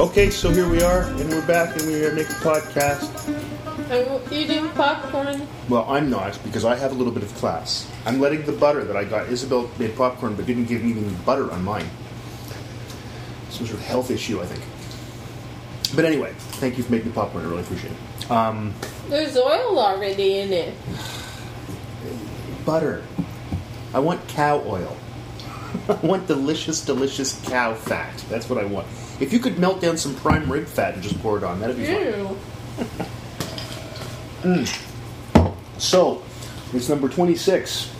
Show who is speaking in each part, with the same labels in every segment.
Speaker 1: Okay, so here we are, and we're back, and we are making a podcast.
Speaker 2: I'm eating popcorn.
Speaker 1: Well, I'm not because I have a little bit of class. I'm letting the butter that I got. Isabel made popcorn, but didn't give me any butter on mine. Some sort of health issue, I think. But anyway, thank you for making the popcorn. I really appreciate it.
Speaker 2: There's oil already in it.
Speaker 1: Butter. I want cow oil. I want delicious, delicious cow fat. That's what I want. If you could melt down some prime rib fat and just pour it on, that'd be fun.
Speaker 2: Ew.
Speaker 1: So, it's number 26.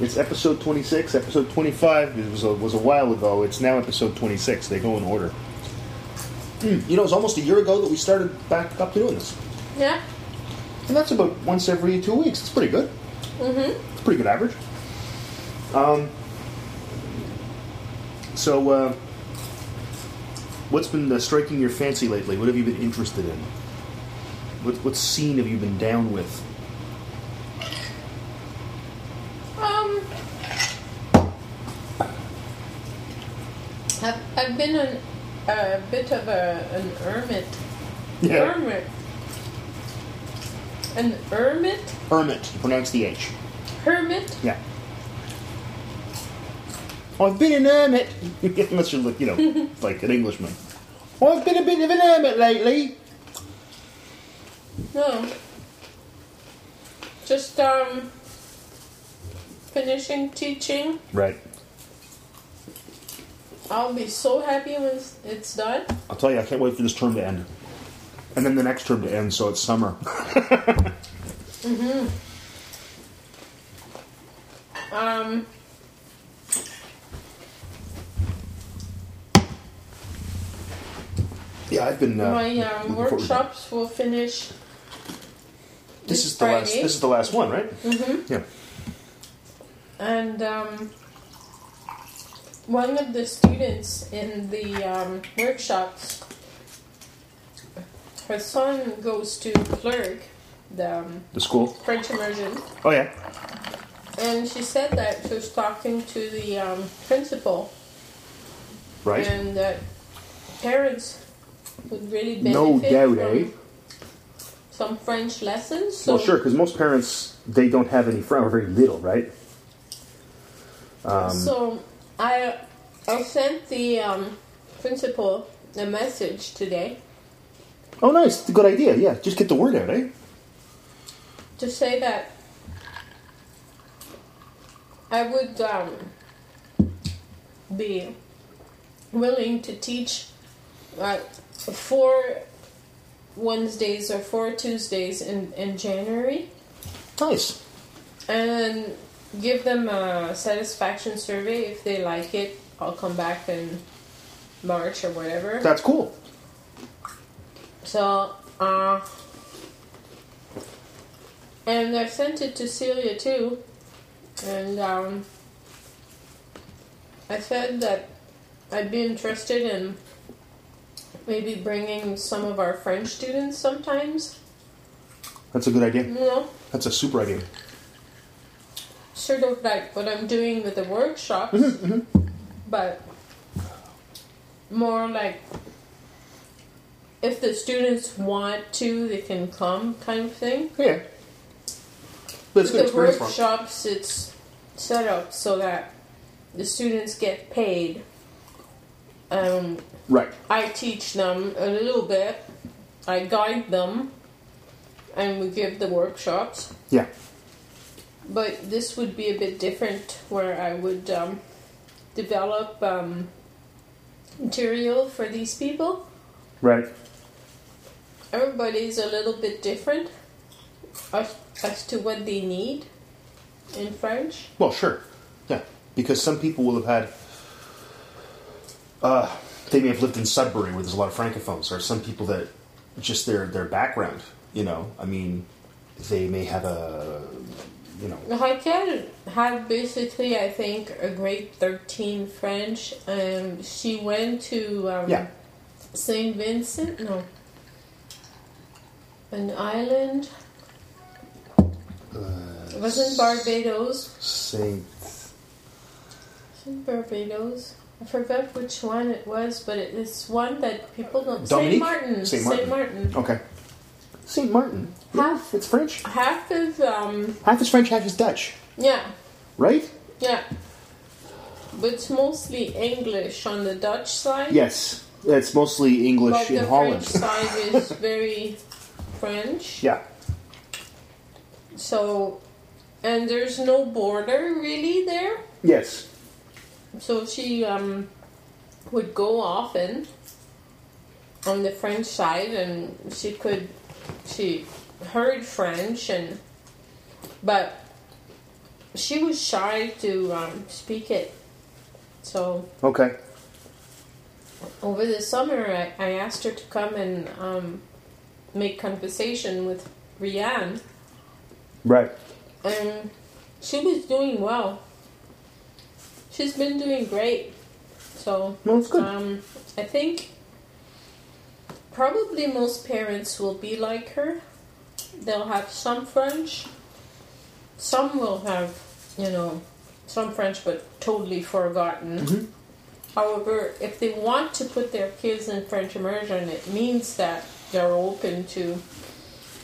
Speaker 1: It's episode 26. Episode 25 it was a, was a while ago. It's now episode 26. They go in order. Hmm, You know, it's almost a year ago that we started back up to doing this.
Speaker 2: Yeah.
Speaker 1: And that's about once every two weeks. It's pretty good. Mm-hmm. It's a pretty good average. Um, so, uh, what's been uh, striking your fancy lately? What have you been interested in? What, what scene have you been down with?
Speaker 2: Um. I've, I've been an, a bit of a, an hermit. Hermit. An hermit?
Speaker 1: Hermit. You pronounce the H.
Speaker 2: Hermit?
Speaker 1: Yeah. I've been an hermit. Unless you're, like, you know, like an Englishman. I've been a bit of an hermit lately.
Speaker 2: No. Just, um. Finishing teaching.
Speaker 1: Right.
Speaker 2: I'll be so happy when it's- it's done.
Speaker 1: I'll tell you, I can't wait for this term to end. And then the next term to end, so it's summer.
Speaker 2: Mm-hmm. Um.
Speaker 1: yeah, I've been. Uh,
Speaker 2: my
Speaker 1: looking
Speaker 2: um,
Speaker 1: forward to that.
Speaker 2: workshops will finish.
Speaker 1: This is the last.
Speaker 2: Friday.
Speaker 1: This is the last one, right? Mm-hmm. Yeah.
Speaker 2: And um, one of the students in the um, workshops, her son goes to Clerc, the um,
Speaker 1: The school.
Speaker 2: French immersion,
Speaker 1: Oh yeah.
Speaker 2: and she said that she was talking to the um, principal
Speaker 1: Right.
Speaker 2: and that parents would really benefit
Speaker 1: No doubt,
Speaker 2: from
Speaker 1: eh?
Speaker 2: some French lessons. So
Speaker 1: Well, sure, because most parents they don't have any friends, or very little, right?
Speaker 2: So I I sent the um, principal a message today
Speaker 1: Oh, nice. It's a good idea. Yeah, just get the word out, eh?
Speaker 2: to say that I would um, be willing to teach uh, four Wednesdays or four Tuesdays in, in January
Speaker 1: Nice.
Speaker 2: and give them a satisfaction survey if they like it. I'll come back in March or whatever.
Speaker 1: That's cool.
Speaker 2: So, uh, and I sent it to Celia too, and um, I said that I'd be interested in maybe bringing some of our French students sometimes,
Speaker 1: That's a good idea.
Speaker 2: you know,
Speaker 1: That's a super idea.
Speaker 2: sort of like what I'm doing with the workshops, but more like if the students want to, they can come, kind of thing.
Speaker 1: Yeah. But it's a good
Speaker 2: the
Speaker 1: experience for 'em.
Speaker 2: workshops it's set up so that the students get paid um,
Speaker 1: Right.
Speaker 2: i teach them a little bit i guide them and we give the workshops
Speaker 1: Yeah.
Speaker 2: but this would be a bit different where i would um, develop um, material for these people
Speaker 1: Right.
Speaker 2: everybody's a little bit different as, as to what they need in french
Speaker 1: Well, sure. Yeah, because some people will have had. Uh, they may have lived in Sudbury, where there's a lot of francophones, or some people that just their their background. You know, I mean, they may have a, you know,
Speaker 2: Raquel had basically, I think, a grade 13 French, and she went to um,
Speaker 1: Yeah.
Speaker 2: St. Vincent? No. An island?
Speaker 1: Uh,
Speaker 2: Wasn't Barbados?
Speaker 1: Saint.
Speaker 2: Wasn't Barbados? I forgot which one it was, but it, it's one that people don't.
Speaker 1: Dominique?
Speaker 2: St. Martin.
Speaker 1: Saint
Speaker 2: Saint
Speaker 1: Martin.
Speaker 2: Martin.
Speaker 1: Okay. Saint Martin.
Speaker 2: Half,
Speaker 1: It's French.
Speaker 2: half of um,
Speaker 1: Half is French, half is Dutch,
Speaker 2: yeah,
Speaker 1: right?
Speaker 2: yeah. But it's mostly English on the Dutch side.
Speaker 1: Yes. It's mostly English
Speaker 2: But
Speaker 1: in
Speaker 2: the
Speaker 1: Holland.
Speaker 2: French side is very French.
Speaker 1: yeah.
Speaker 2: So, and there's no border really there.
Speaker 1: Yes.
Speaker 2: So she um, would go often on the French side, and she could she heard French, and but she was shy to um, speak it. So
Speaker 1: Okay.
Speaker 2: over the summer, I, I asked her to come and um, make conversation with Rianne,
Speaker 1: Right.
Speaker 2: and she was doing well. She's been doing great. So
Speaker 1: No, it's good.
Speaker 2: Um, I think probably most parents will be like her. They'll have some French. Some will have, you know, some French but totally forgotten.
Speaker 1: Mhm.
Speaker 2: However, if they want to put their kids in French immersion, it means that they're open to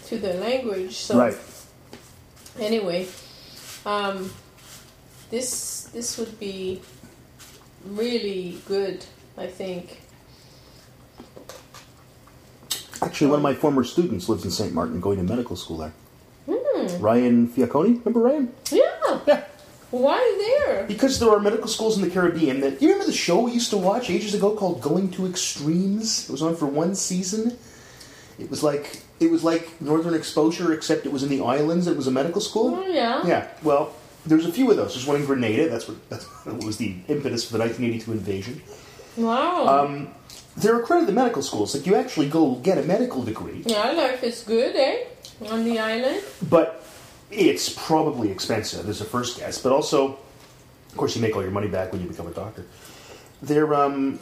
Speaker 2: to the language. So
Speaker 1: Right.
Speaker 2: anyway, um, this this would be really good, I think.
Speaker 1: Actually, one of my former students lives in St. Martin, going to medical school there. Ryan Fiacconi. Remember Ryan?
Speaker 2: Hmm, Yeah.
Speaker 1: Yeah.
Speaker 2: Why there?
Speaker 1: Because there are medical schools in the Caribbean that. You remember the show we used to watch ages ago called Going to Extremes? It was on for one season. It was like. It was like Northern Exposure, except it was in the islands. It was a medical school.
Speaker 2: Oh yeah.
Speaker 1: Yeah, well, there's a few of those. There's one in Grenada. That's what that's what was the impetus for the 1982 invasion.
Speaker 2: Wow.
Speaker 1: Um, they're accredited medical schools. Like you actually go get a medical degree,
Speaker 2: yeah, life is good, eh? On the island.
Speaker 1: but it's probably expensive. Is a first guess, but also, of course, you make all your money back when you become a doctor. They're um,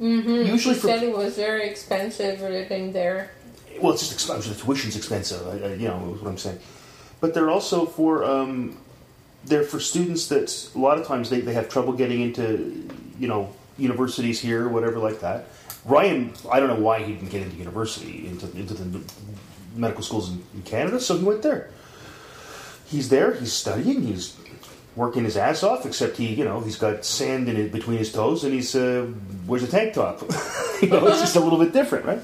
Speaker 1: usually
Speaker 2: Mm-hmm. She
Speaker 1: for
Speaker 2: said it was very expensive living there.
Speaker 1: well, it's just expensive. The tuition's expensive. I, I, you know, is what I'm saying. But they're also for um, they're for students that a lot of times they, they have trouble getting into you know universities here, whatever like that. Ryan, I don't know why he didn't get into university into into the medical schools in, in Canada, so he went there. He's there. He's studying. He's working his ass off. Except he, you know, he's got sand in it between his toes, and he's uh, wears a tank top. you know, it's just a little bit different, right?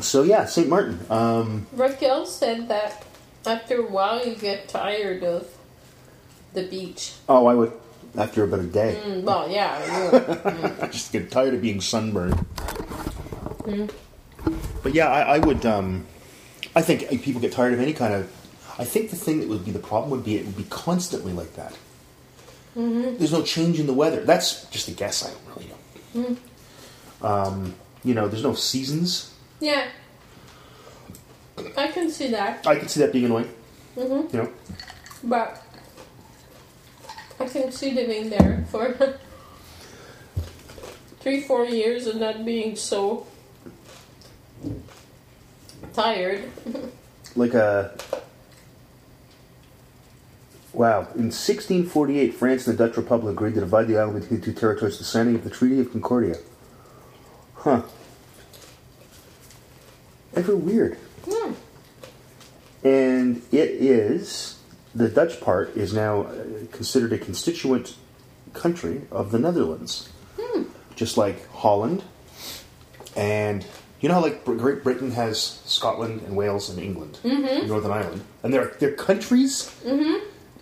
Speaker 1: So yeah, St. Martin. Um,
Speaker 2: Raquel said that after a while you get tired of the beach.
Speaker 1: oh, I would after about a day.
Speaker 2: Mm, Well, yeah.
Speaker 1: I just get tired of being sunburned. But yeah, I, I would. Um, I think uh, people get tired of any kind of. I think the thing that would be the problem would be it would be constantly like that. There's no change in the weather. That's just a guess. I don't really know. Um, you know, there's no seasons.
Speaker 2: yeah. Yeah. I can see that,
Speaker 1: I could see that being annoying. Mm-hmm. You know,
Speaker 2: but I can see living there for three, four years and not being so tired.
Speaker 1: like a wow in 1648 france and the dutch republic agreed to divide the island between the two territories the signing of the treaty of concordia huh ever weird
Speaker 2: Yeah.
Speaker 1: and it is the dutch part is now uh, considered a constituent country of the netherlands just like holland and you know how like Br- Great Britain has Scotland and Wales and England, and Northern Ireland, and they're they're countries,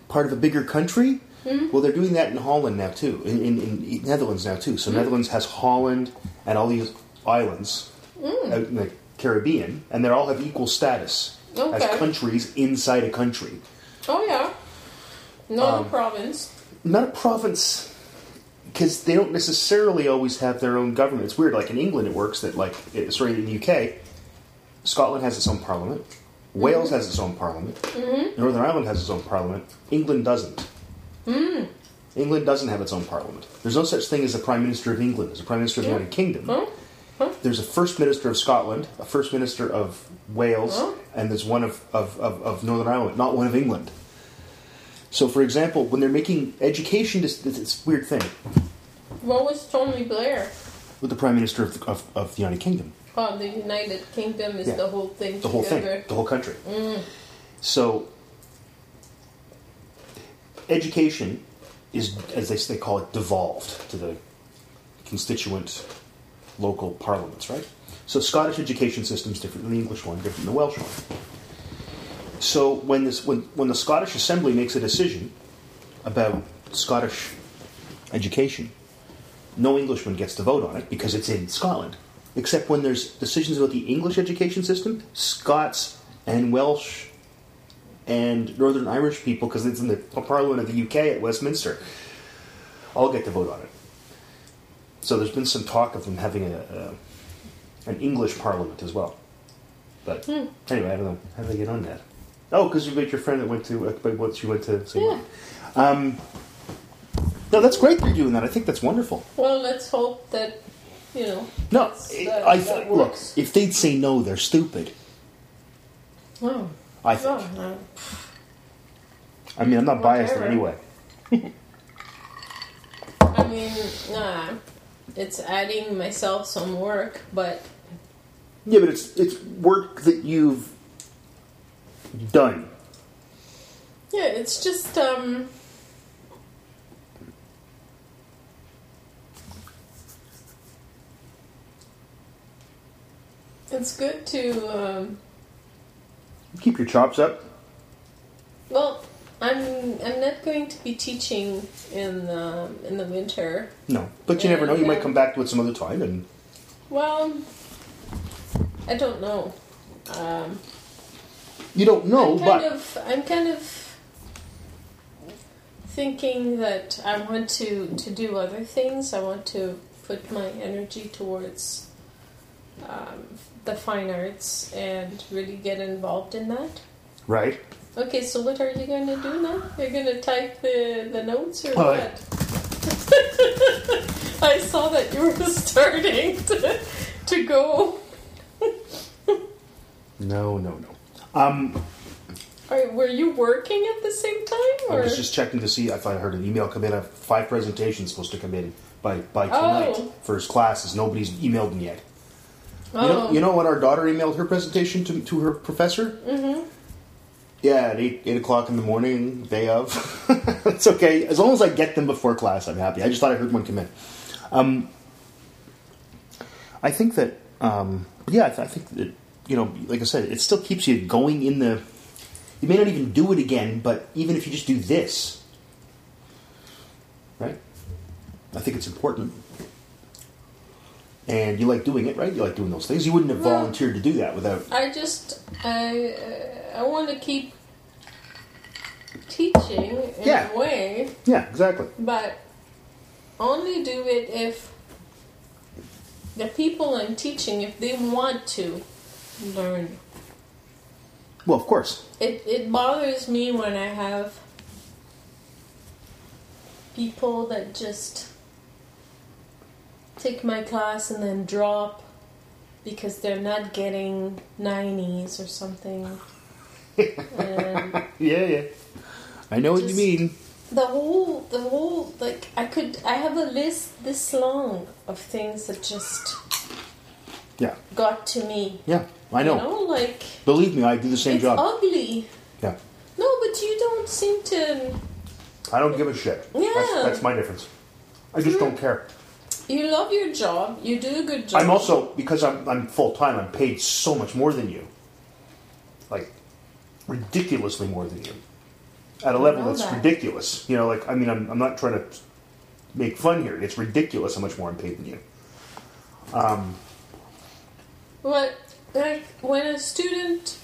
Speaker 1: part of a bigger country. Well, they're doing that in Holland now too, in, in, in Netherlands now too. So Netherlands has Holland and all these islands out in the Caribbean, and they all have equal status
Speaker 2: Okay.
Speaker 1: as countries inside a country,
Speaker 2: Oh, yeah. Not
Speaker 1: Um,
Speaker 2: a province.
Speaker 1: not a province. Because they don't necessarily always have their own government. It's weird. Like in England, it works that like eh, sorry in the UK, Scotland has its own parliament. Wales
Speaker 2: Mm-hmm. Mm.
Speaker 1: has its own parliament. Northern Ireland has its own parliament. England doesn't. England doesn't have its own parliament. There's no such thing as a prime minister of England. There's a prime minister of the
Speaker 2: Yeah.
Speaker 1: United Kingdom.
Speaker 2: Huh?
Speaker 1: There's a first minister of Scotland, a first minister of Wales,
Speaker 2: Huh?
Speaker 1: and there's one of, of, of, of Northern Ireland, not one of England. So, for example, when they're making education, this, this, this weird thing
Speaker 2: What was Tony Blair?
Speaker 1: with the prime minister of, of, of the United Kingdom,
Speaker 2: Oh, the United Kingdom is
Speaker 1: Yeah.
Speaker 2: the whole thing
Speaker 1: the whole
Speaker 2: together.
Speaker 1: thing, the whole country. So, education is, as they, they call it, devolved to the constituent local parliaments, right? So, Scottish education system is different than the English one, different than the Welsh one. So, when, this, when, when the Scottish Assembly makes a decision about Scottish education, no Englishman gets to vote on it because it's in Scotland. Except when there's decisions about the English education system, Scots and Welsh and Northern Irish people, because it's in the Parliament of the UK at Westminster, all get to vote on it. So there's been some talk of them having a, a an English Parliament as well. But anyway, I don't know how do they get on that. Oh, because you met your friend that went to uh, but once you went to. St. Martin. Um, no, that's great that you're doing that. I think that's wonderful.
Speaker 2: Well, let's hope that, you know.
Speaker 1: No,
Speaker 2: that's-
Speaker 1: it,
Speaker 2: that-
Speaker 1: I
Speaker 2: that
Speaker 1: think. Look,
Speaker 2: works.
Speaker 1: if they'd say no, they're stupid.
Speaker 2: Oh,
Speaker 1: I
Speaker 2: no,
Speaker 1: think.
Speaker 2: no.
Speaker 1: I mean, I'm not biased in
Speaker 2: Whatever.
Speaker 1: any way.
Speaker 2: I mean, nah. It's adding myself some work, but
Speaker 1: Yeah, but it's it's work that you've done.
Speaker 2: yeah, it's just um. It's good to um,
Speaker 1: Keep your chops up.
Speaker 2: well. I'm I'm not going to be teaching in the in the winter.
Speaker 1: No, but you never know. You might come back to it some other time, and
Speaker 2: Well, I don't know. Um,
Speaker 1: you don't know.
Speaker 2: I'm kind
Speaker 1: But
Speaker 2: of I'm kind of thinking that I want to to do other things. I want to put my energy towards um, the fine arts and really get involved in that.
Speaker 1: right,
Speaker 2: Okay, so what are you going to do now? You're going to type the, the notes or
Speaker 1: Oh, I-
Speaker 2: what? I saw that you were starting to, to go.
Speaker 1: no, no, no. Um,
Speaker 2: Are, were you working at the same time?
Speaker 1: I
Speaker 2: Or?
Speaker 1: was just checking to see if I heard an email come in. I have five presentations supposed to come in by by
Speaker 2: Oh.
Speaker 1: tonight for his classes. Nobody's emailed me yet.
Speaker 2: oh.
Speaker 1: You, know, you know when our daughter emailed her presentation to, to her professor? Mm-hmm. Yeah, at 8, 8 o'clock in the morning, day of. it's okay. As long as I get them before class, I'm happy. I just thought I heard one come in. Um, I think that, um, yeah, I, th- I think that, you know, like I said, it still keeps you going in the. You may not even do it again, but even if you just do this, right? I think it's important and you like doing it, right? You like doing those things. You wouldn't have
Speaker 2: Well-
Speaker 1: volunteered to do that without.
Speaker 2: I just I uh, I want to keep teaching in
Speaker 1: Yeah.
Speaker 2: a way,
Speaker 1: Yeah, exactly.
Speaker 2: but only do it if the people I'm teaching, if they want to learn.
Speaker 1: Well, of course.
Speaker 2: It it bothers me when I have people that just take my class and then drop because they're not getting 90s or something. and
Speaker 1: Yeah, yeah. I know what
Speaker 2: Just-
Speaker 1: you mean.
Speaker 2: the whole the whole like I could I have a list this long of things that just
Speaker 1: Yeah,
Speaker 2: got to me.
Speaker 1: yeah. I know.
Speaker 2: You know, like
Speaker 1: Believe me, I do the same
Speaker 2: it's
Speaker 1: job.
Speaker 2: ugly.
Speaker 1: yeah,
Speaker 2: No, but you don't seem to
Speaker 1: I don't give a shit.
Speaker 2: Yeah.
Speaker 1: that's, that's my difference. I just don't care.
Speaker 2: You love your job. You do a good job.
Speaker 1: I'm also because I'm I'm full time. I'm paid so much more than you, like ridiculously more than you, at a level
Speaker 2: know
Speaker 1: that's
Speaker 2: that.
Speaker 1: ridiculous. You know, like I mean, I'm I'm not trying to make fun here. It's ridiculous how much more I'm paid than you.
Speaker 2: What like when a student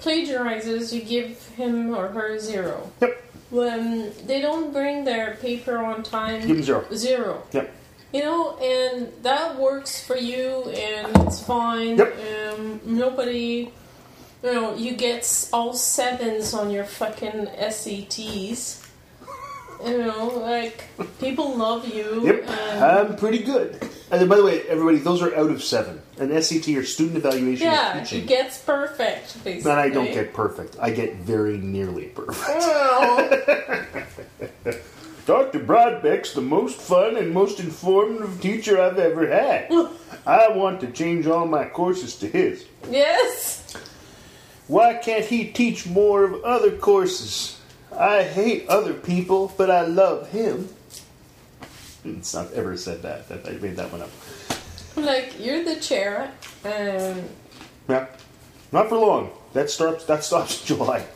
Speaker 2: plagiarizes, you give him or her zero.
Speaker 1: Yep,
Speaker 2: When they don't bring their paper on time,
Speaker 1: give him zero.
Speaker 2: zero.
Speaker 1: Yep.
Speaker 2: You know, and that works for you, and it's fine.
Speaker 1: Yep.
Speaker 2: Um, nobody, you know, you get s- all sevens on your fucking SETs. E you know, like people love you.
Speaker 1: Yep,
Speaker 2: and-
Speaker 1: I'm pretty good. And then, by the way, everybody, those are out of seven. An SCT or student evaluation
Speaker 2: yeah,
Speaker 1: is
Speaker 2: he
Speaker 1: teaching.
Speaker 2: gets perfect. Basically.
Speaker 1: Then I don't get perfect. I get very nearly perfect.
Speaker 2: Well,
Speaker 1: Dr. Broadbeck's the most fun and most informative teacher I've ever had. I want to change all my courses to his.
Speaker 2: yes.
Speaker 1: Why can't he teach more of other courses? I hate other people, but I love him. Hmm, It's not ever said that. that I made that one up.
Speaker 2: Like you're the chair, and
Speaker 1: Yeah. Not for long. That starts that stops in July.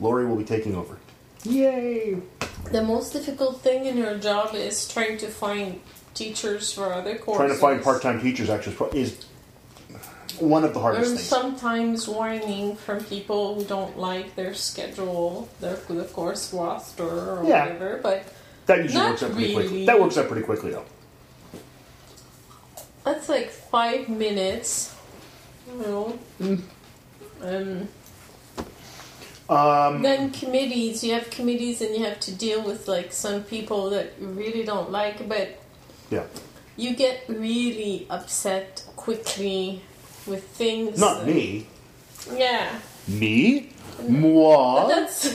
Speaker 1: Lori will be taking over. Yay!
Speaker 2: the most difficult thing in your job is trying to find teachers for other courses.
Speaker 1: Trying to find part-time teachers actually is pro- is one of the
Speaker 2: Or
Speaker 1: hardest things.
Speaker 2: sometimes whining from people who don't like their schedule, their the course roster or
Speaker 1: Yeah.
Speaker 2: whatever. But
Speaker 1: That usually
Speaker 2: Not
Speaker 1: works out pretty quickly.
Speaker 2: really.
Speaker 1: That works out pretty quickly though.
Speaker 2: that's like five minutes. You know. Um,
Speaker 1: Um,
Speaker 2: Then committees, you have committees and you have to deal with like some people that you really don't like, but
Speaker 1: yeah.
Speaker 2: you get really upset quickly with things.
Speaker 1: Not me.
Speaker 2: Yeah.
Speaker 1: Me? Moi?
Speaker 2: That's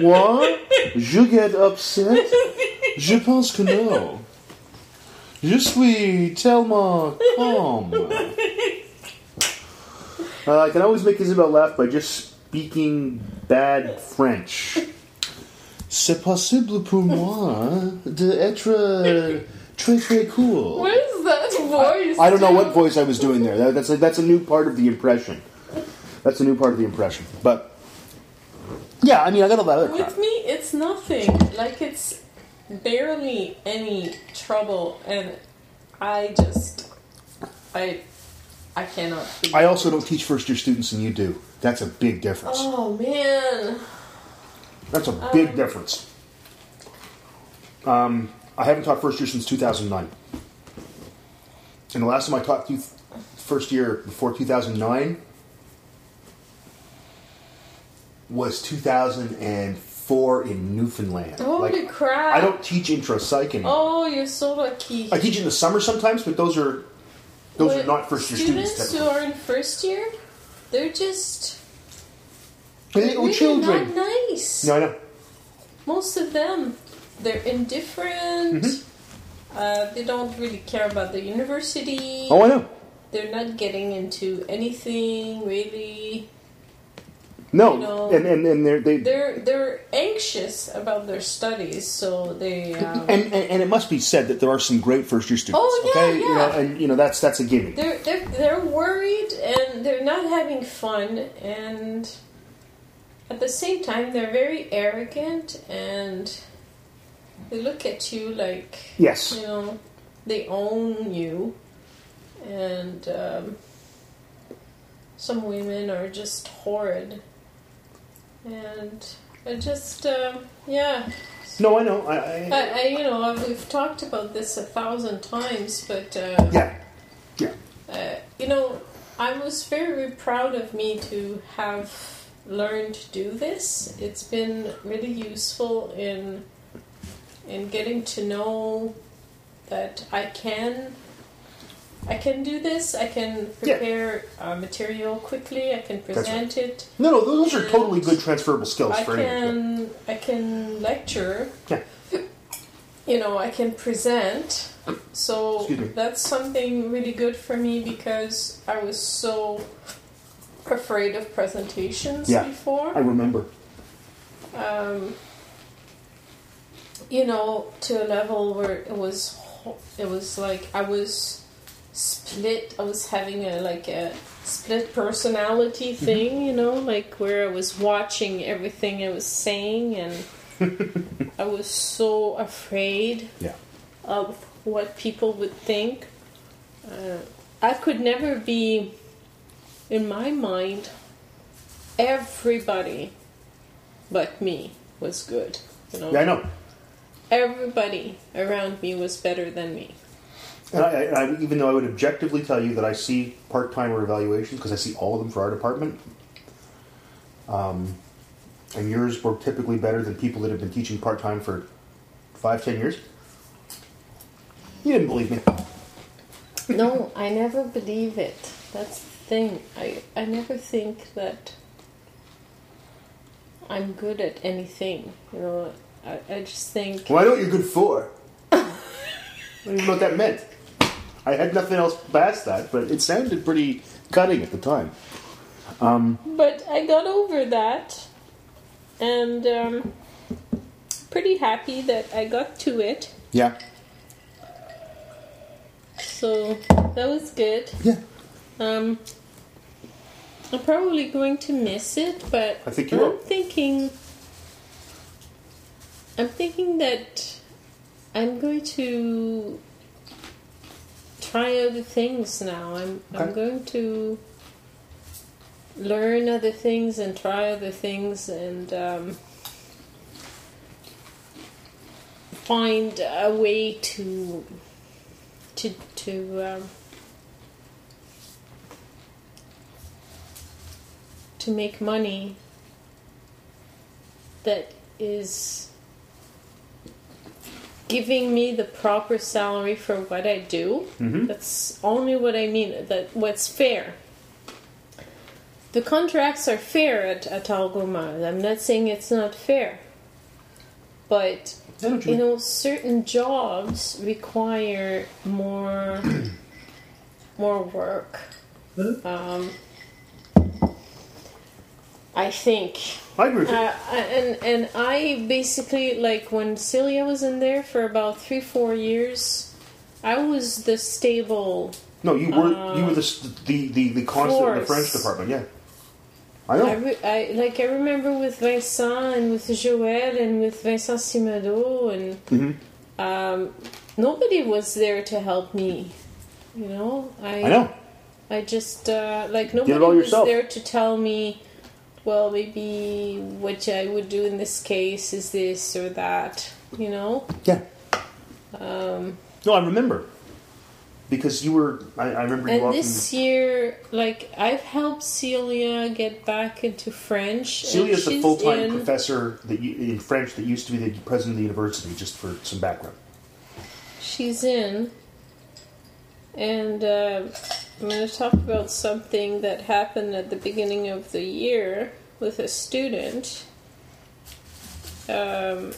Speaker 1: Moi? Je get upset? Je pense que non. Je suis tellement calm. Uh, I can always make Isabel laugh by just speaking bad French. C'est possible pour moi de être très très cool.
Speaker 2: what is that voice?
Speaker 1: I don't know what
Speaker 2: dude?
Speaker 1: voice I was doing there. That, that's a, that's a new part of the impression. That's a new part of the impression. But yeah, I mean, I got a lot of other crap.
Speaker 2: With me, it's nothing. Like it's barely any trouble, and I just, I, I cannot. figure
Speaker 1: I also don't teach first year students, and you do. That's a big difference.
Speaker 2: Oh man.
Speaker 1: That's a big difference. Um, I haven't taught first year since 2009. And the last time I taught th- first year before 2009 was 2004 in Newfoundland.
Speaker 2: Oh, Holy
Speaker 1: Like,
Speaker 2: crap!
Speaker 1: I don't teach intro psych anymore.
Speaker 2: Oh, you're so lucky.
Speaker 1: I teach in the summer sometimes, but those are those
Speaker 2: Oh. But
Speaker 1: are not first year students.
Speaker 2: Students who
Speaker 1: technically.
Speaker 2: are in first year, they're just
Speaker 1: They're
Speaker 2: they're
Speaker 1: little
Speaker 2: really
Speaker 1: oh, children.
Speaker 2: not nice.
Speaker 1: No, I know.
Speaker 2: Most of them, they're indifferent.
Speaker 1: Mm-hmm.
Speaker 2: Uh, they don't really care about the university.
Speaker 1: Oh, I know.
Speaker 2: They're not getting into anything really.
Speaker 1: No,
Speaker 2: You know,
Speaker 1: and and and they're, they
Speaker 2: They're they're anxious about their studies, so they. Um,
Speaker 1: and, and and it must be said that there are some great first year students.
Speaker 2: Oh, yeah,
Speaker 1: okay, you know,
Speaker 2: yeah.
Speaker 1: and you know that's that's a given.
Speaker 2: they're, they're, they're worried and they're not having fun and at the same time they're very arrogant and they look at you like
Speaker 1: Yes,
Speaker 2: you know they own you and um, some women are just horrid and i just um, yeah
Speaker 1: no, I know. I, I
Speaker 2: I, I you know I've, we've talked about this a thousand times but uh,
Speaker 1: yeah, yeah.
Speaker 2: uh, you know, I was very proud of me to have learned to do this. It's been really useful in in getting to know that I can I can do this. I can
Speaker 1: Yeah.
Speaker 2: prepare uh, material quickly. I can
Speaker 1: right.
Speaker 2: present it.
Speaker 1: No, no, those are
Speaker 2: And
Speaker 1: totally good transferable skills
Speaker 2: I
Speaker 1: for anyone.
Speaker 2: can I can lecture.
Speaker 1: Yeah.
Speaker 2: You know, I can present. So
Speaker 1: Excuse me.
Speaker 2: that's something really good for me because I was so afraid of presentations
Speaker 1: Yeah. I
Speaker 2: before.
Speaker 1: remember.
Speaker 2: Um, you know, to a level where it was ho- it was like I was split. I was having a like a split personality thing, you know, like where I was watching everything I was saying, and I was so afraid
Speaker 1: Yeah,
Speaker 2: of what people would think. Uh, I could never be, in my mind, everybody but me was good. You know,
Speaker 1: yeah, I know.
Speaker 2: everybody around me was better than me.
Speaker 1: And I, I, I, even though I would objectively tell you that I see part timer evaluations because I see all of them for our department, um, and yours were typically better than people that have been teaching part time for five, ten years. You didn't believe me.
Speaker 2: no, I never believe it. That's the thing. I, I never think that I'm good at anything. You know, I, I just think
Speaker 1: Well, I know what you're good for. I don't even know what that meant. I had nothing else past that, but it sounded pretty cutting at the time.
Speaker 2: But I got over that, and um, pretty happy that I got to it.
Speaker 1: Yeah.
Speaker 2: So that was good.
Speaker 1: Yeah.
Speaker 2: Um, I'm probably going to miss it, but
Speaker 1: I think you
Speaker 2: I'm
Speaker 1: will.
Speaker 2: thinking. I'm thinking that I'm going to try other things now. I'm I'm
Speaker 1: Okay.
Speaker 2: going to learn other things and try other things and um, find a way to to to um, to make money that is giving me the proper salary for what I do.
Speaker 1: Mhm.
Speaker 2: That's only what I mean. That what's fair. The contracts are fair at, at Algoma. I'm not saying it's not fair, but
Speaker 1: I know what you
Speaker 2: you
Speaker 1: mean.
Speaker 2: know certain jobs require more more work um, i think
Speaker 1: I agree with you.
Speaker 2: uh, and and i basically like when celia was in there for about three four years i was the stable
Speaker 1: No, you were you were the the the, the constant in the
Speaker 2: Uh, Force.
Speaker 1: French department. Yeah, I
Speaker 2: I,
Speaker 1: know.
Speaker 2: re- I like I remember with Vincent and with Joël and with Vincent Simado and um, nobody was there to help me. You know, I
Speaker 1: I know.
Speaker 2: I just uh, like
Speaker 1: it
Speaker 2: nobody
Speaker 1: all
Speaker 2: was
Speaker 1: yourself.
Speaker 2: there to tell me. Well, maybe what I would do in this case is this or that. You know,
Speaker 1: Yeah.
Speaker 2: Um,
Speaker 1: no, I remember because you were. I, I remember you
Speaker 2: and
Speaker 1: walking.
Speaker 2: this year, like I've helped Celia get back into French. and
Speaker 1: Celia's the
Speaker 2: she's
Speaker 1: full time
Speaker 2: in-
Speaker 1: professor that you, in French that used to be the president of the university. Just for some background.
Speaker 2: she's in. And uh, I'm going to talk about something that happened at the beginning of the year with a student. Um,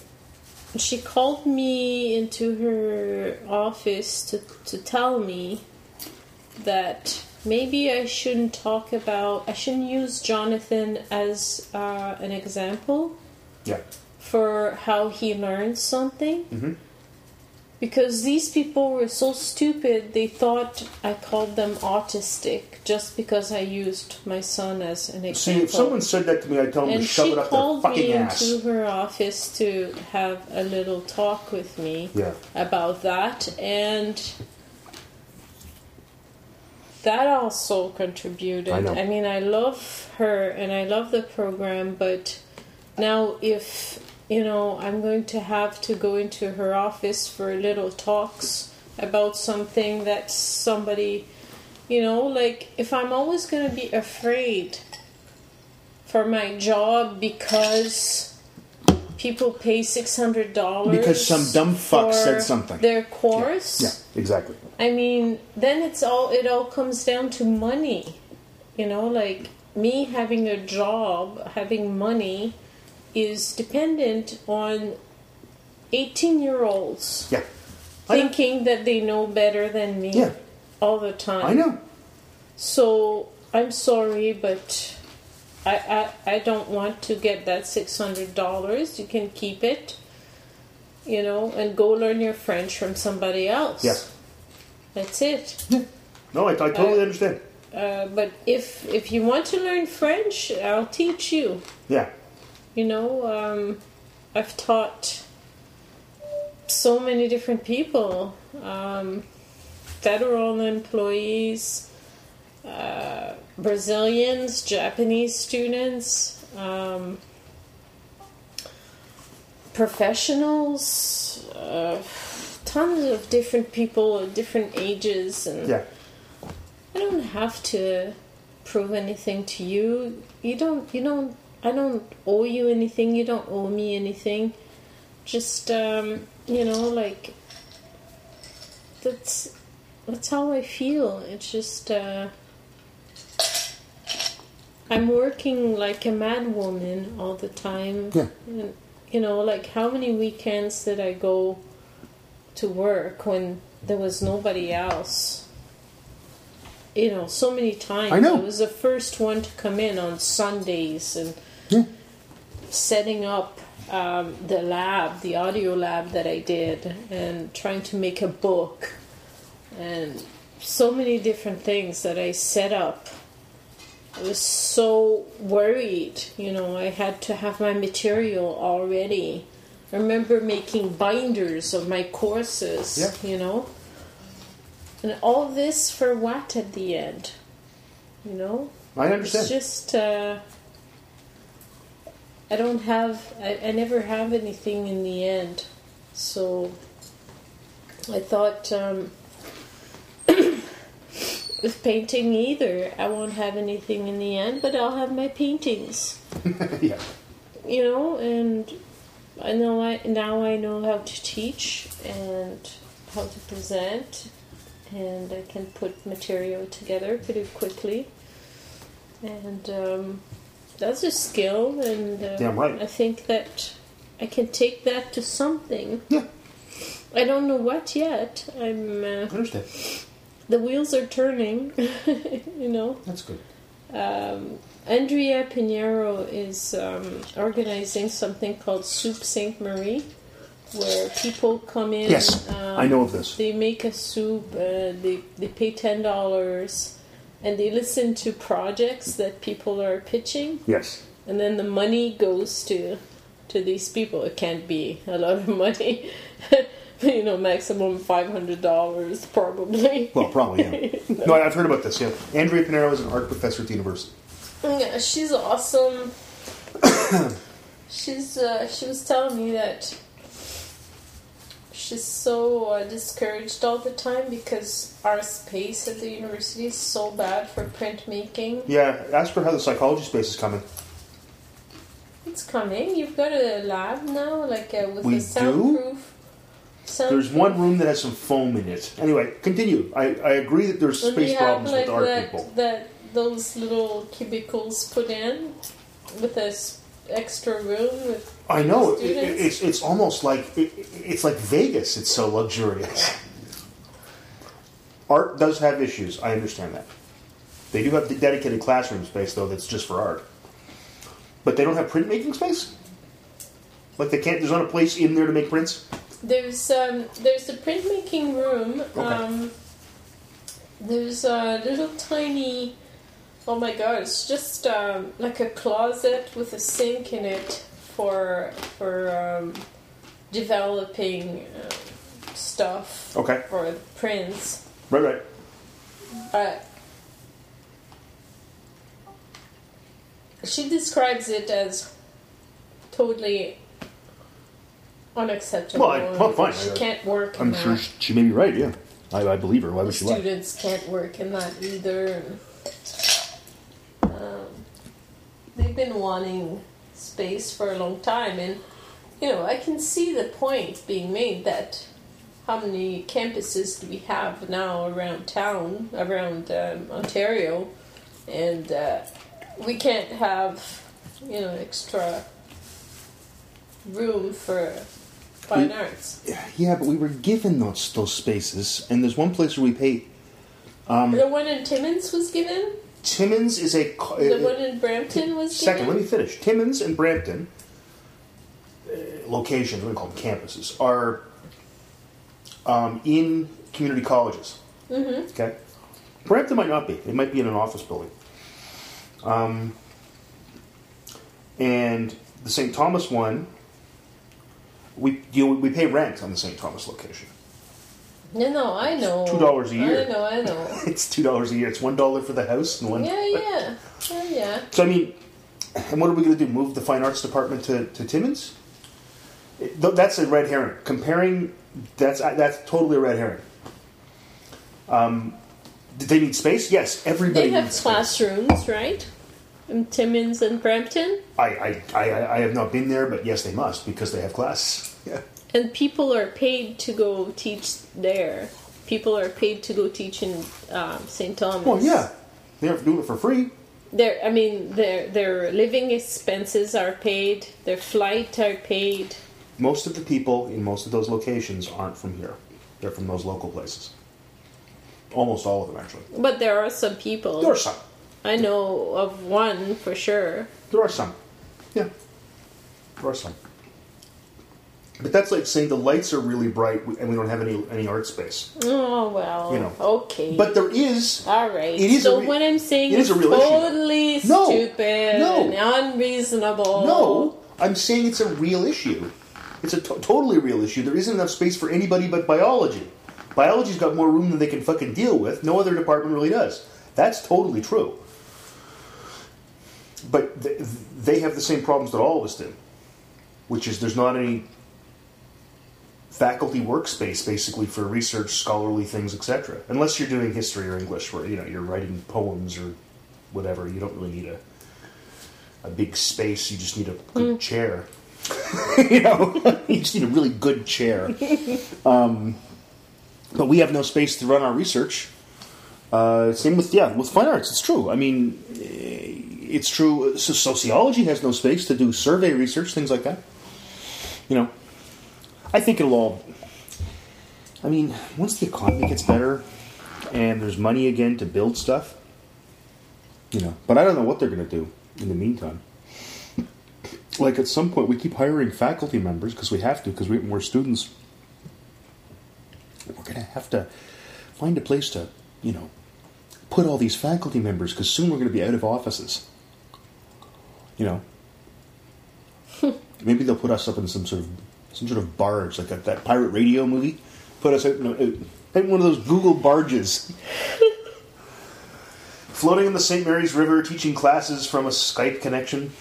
Speaker 2: she called me into her office to, to tell me that maybe I shouldn't talk about, I shouldn't use Jonathan as uh, an example
Speaker 1: Yeah.
Speaker 2: for how he learned something.
Speaker 1: Mm-hmm.
Speaker 2: Because these people were so stupid, they thought I called them autistic just because I used my son as an
Speaker 1: See,
Speaker 2: example.
Speaker 1: if someone said that to me, I'd tell them
Speaker 2: and
Speaker 1: to shove
Speaker 2: she
Speaker 1: it up their
Speaker 2: called
Speaker 1: fucking
Speaker 2: me
Speaker 1: ass.
Speaker 2: into her office to have a little talk with me
Speaker 1: Yeah.
Speaker 2: about that, and that also contributed.
Speaker 1: I know.
Speaker 2: mean, I love her and I love the program, but now if you know, I'm going to have to go into her office for little talks about something that somebody, you know, like if I'm always going to be afraid for my job because people pay six hundred dollars
Speaker 1: Because some dumb fuck said something.
Speaker 2: Their course.
Speaker 1: Yeah. Exactly.
Speaker 2: I mean, then it's all it all comes down to money. You know, like me having a job, having money is dependent on 18 year olds
Speaker 1: Yeah. I know.
Speaker 2: thinking that they know better than me
Speaker 1: Yeah.
Speaker 2: all the time.
Speaker 1: I know.
Speaker 2: So I'm sorry, but I I, I don't want to get that six hundred dollars. You can keep it, you know, and go learn your French from somebody else.
Speaker 1: Yeah.
Speaker 2: That's it.
Speaker 1: No, I, I totally
Speaker 2: Uh,
Speaker 1: understand.
Speaker 2: Uh, but if if you want to learn French, I'll teach you.
Speaker 1: Yeah.
Speaker 2: You know, um, I've taught so many different people, um, federal employees, uh, Brazilians, Japanese students, um, professionals, uh, tons of different people of different ages, and
Speaker 1: Yeah.
Speaker 2: I don't have to prove anything to you. You don't. You don't I don't owe you anything. You don't owe me anything. Just um, you know, like that's that's how I feel. It's just uh, I'm working like a mad woman all the time.
Speaker 1: Yeah.
Speaker 2: And, you know, like how many weekends did I go to work when there was nobody else? You know, so many times.
Speaker 1: I know.
Speaker 2: was the first one to come in on Sundays and
Speaker 1: Yeah.
Speaker 2: setting up um, the lab, the audio lab that I did, and trying to make a book, and so many different things that I set up. I was so worried, you know, I had to have my material already. I remember making binders of my courses,
Speaker 1: Yeah.
Speaker 2: you know. And all this for what at the end? You know?
Speaker 1: I understand.
Speaker 2: It's just uh, I don't have I, I never have anything in the end, so I thought um, with painting either I won't have anything in the end, but I'll have my paintings,
Speaker 1: yeah.
Speaker 2: you know. And I know I now I know how to teach and how to present, and I can put material together pretty quickly and um, that's a skill. And uh,
Speaker 1: Damn right.
Speaker 2: I think that I can take that to something.
Speaker 1: Yeah.
Speaker 2: I don't know what yet. I'm uh,
Speaker 1: I understand.
Speaker 2: the wheels are turning. you know,
Speaker 1: That's good.
Speaker 2: um, Andrea Pinheiro is um, organizing something called Soup Saint Marie, where people come in.
Speaker 1: Yes,
Speaker 2: um,
Speaker 1: I know of this.
Speaker 2: they make a soup. Uh, they they pay ten dollars, and they listen to projects that people are pitching,
Speaker 1: Yes.
Speaker 2: and then the money goes to to these people. It can't be a lot of money, you know, maximum five hundred dollars probably.
Speaker 1: Well, probably, yeah. no, I've heard about this, yeah. Andrea Pinero is an art professor at the university.
Speaker 2: Yeah, she's awesome. she's uh, she was telling me that she's so uh, discouraged all the time because our space at the university is so bad for printmaking.
Speaker 1: Yeah, ask her how the psychology space is coming.
Speaker 2: It's coming. You've got a lab now, like uh, with
Speaker 1: We
Speaker 2: a
Speaker 1: do?
Speaker 2: soundproof. Sound
Speaker 1: There's one room that has some foam in it. Anyway, continue. I, I agree that there's
Speaker 2: And we
Speaker 1: space
Speaker 2: have
Speaker 1: problems
Speaker 2: like
Speaker 1: with art
Speaker 2: that,
Speaker 1: people.
Speaker 2: that those little cubicles put in with this extra room with
Speaker 1: I know. It, it,
Speaker 2: students.
Speaker 1: it's it's almost like it, it's like Vegas. It's so luxurious. Art does have issues. I understand that. They do have the dedicated classroom space though. That's just for art. But they don't have printmaking space. Like they can't. There's not a place in there to make prints.
Speaker 2: There's um, there's the printmaking room. Um, there's a little tiny. Oh my god! It's just um, like a closet with a sink in it for for um, developing uh, stuff
Speaker 1: Okay.
Speaker 2: for prints,
Speaker 1: Right. Right.
Speaker 2: but. She describes it as totally unacceptable.
Speaker 1: Well, I- well, fine.
Speaker 2: She can't work. in
Speaker 1: I'm
Speaker 2: that
Speaker 1: sure she, she may be right. Yeah. I, I believe her. Why would she lie?
Speaker 2: students can't work in that either. And, um, they've been wanting space for a long time, and you know I can see the point being made that how many campuses do we have now around town, around um, Ontario, and uh, we can't have you know extra room for fine arts.
Speaker 1: Yeah, but we were given those those spaces, and there's one place where we pay.
Speaker 2: The one in Timmins was given.
Speaker 1: Timmins is a co-
Speaker 2: The
Speaker 1: uh,
Speaker 2: one in Brampton was
Speaker 1: second. Let
Speaker 2: given?
Speaker 1: me finish. Timmins and Brampton uh, locations, we call them campuses, are um, in community colleges. Mm-hmm. Okay, Brampton might not be. It might be in an office building. Um, and the St. Thomas one, we you know, we pay rent on the St. Thomas location.
Speaker 2: No, no, I know.
Speaker 1: $2 a year.
Speaker 2: I know, I know.
Speaker 1: It's two dollars a year. It's one dollar for the house and one.
Speaker 2: yeah, yeah, yeah, yeah.
Speaker 1: So I mean, and what are we going to do? Move the fine arts department to, to Timmins? It- th- that's a red herring. Comparing that's I- that's totally a red herring. Um, did they need space? Yes, everybody
Speaker 2: They have
Speaker 1: needs space.
Speaker 2: classrooms, right? in Timmins and Brampton,
Speaker 1: I, I, I, I have not been there, but yes, they must because they have class. Yeah.
Speaker 2: and people are paid to go teach there. People are paid to go teach in um, St. Thomas.
Speaker 1: Well, yeah, they're doing it for free.
Speaker 2: Their, I mean, their their living expenses are paid. Their flight are paid.
Speaker 1: Most of the people in most of those locations aren't from here. They're from those local places. Almost all of them, actually.
Speaker 2: But there are some people.
Speaker 1: There are some.
Speaker 2: I know of one for sure.
Speaker 1: There are some. Yeah. There are some. But that's like saying the lights are really bright and we don't have any any art space.
Speaker 2: Oh well.
Speaker 1: You know.
Speaker 2: Okay.
Speaker 1: But there is
Speaker 2: all right.
Speaker 1: it is a
Speaker 2: so
Speaker 1: re-
Speaker 2: what I'm saying
Speaker 1: it is
Speaker 2: is,
Speaker 1: a real issue.
Speaker 2: totally
Speaker 1: No.
Speaker 2: stupid
Speaker 1: No.
Speaker 2: and unreasonable.
Speaker 1: No, I'm saying it's a real issue. It's a to- totally real issue. There isn't enough space for anybody but biology. Biology's got more room than they can fucking deal with. No other department really does. That's totally true. But th- they have the same problems that all of us do, which is there's not any faculty workspace basically for research, scholarly things, etc. Unless you're doing history or English, where you know you're writing poems or whatever, you don't really need a a big space. You just need a good chair. you know, you just need a really good chair. um, but we have no space to run our research. Uh, same with yeah, with fine arts. It's true. I mean, eh, it's true. So sociology has no space to do survey research, things like that. You know, I think it'll all. I mean, once the economy gets better and there's money again to build stuff, you know. But I don't know what they're going to do in the meantime. Like at some point, we keep hiring faculty members because we have to because we have more students. We're going to have to find a place to, you know, put all these faculty members because soon we're going to be out of offices. You know. Maybe they'll put us up in some sort of some sort of barge like that, that pirate radio movie. Put us out in, a- out in one of those Google barges floating in the St. Mary's River, teaching classes from a Skype connection.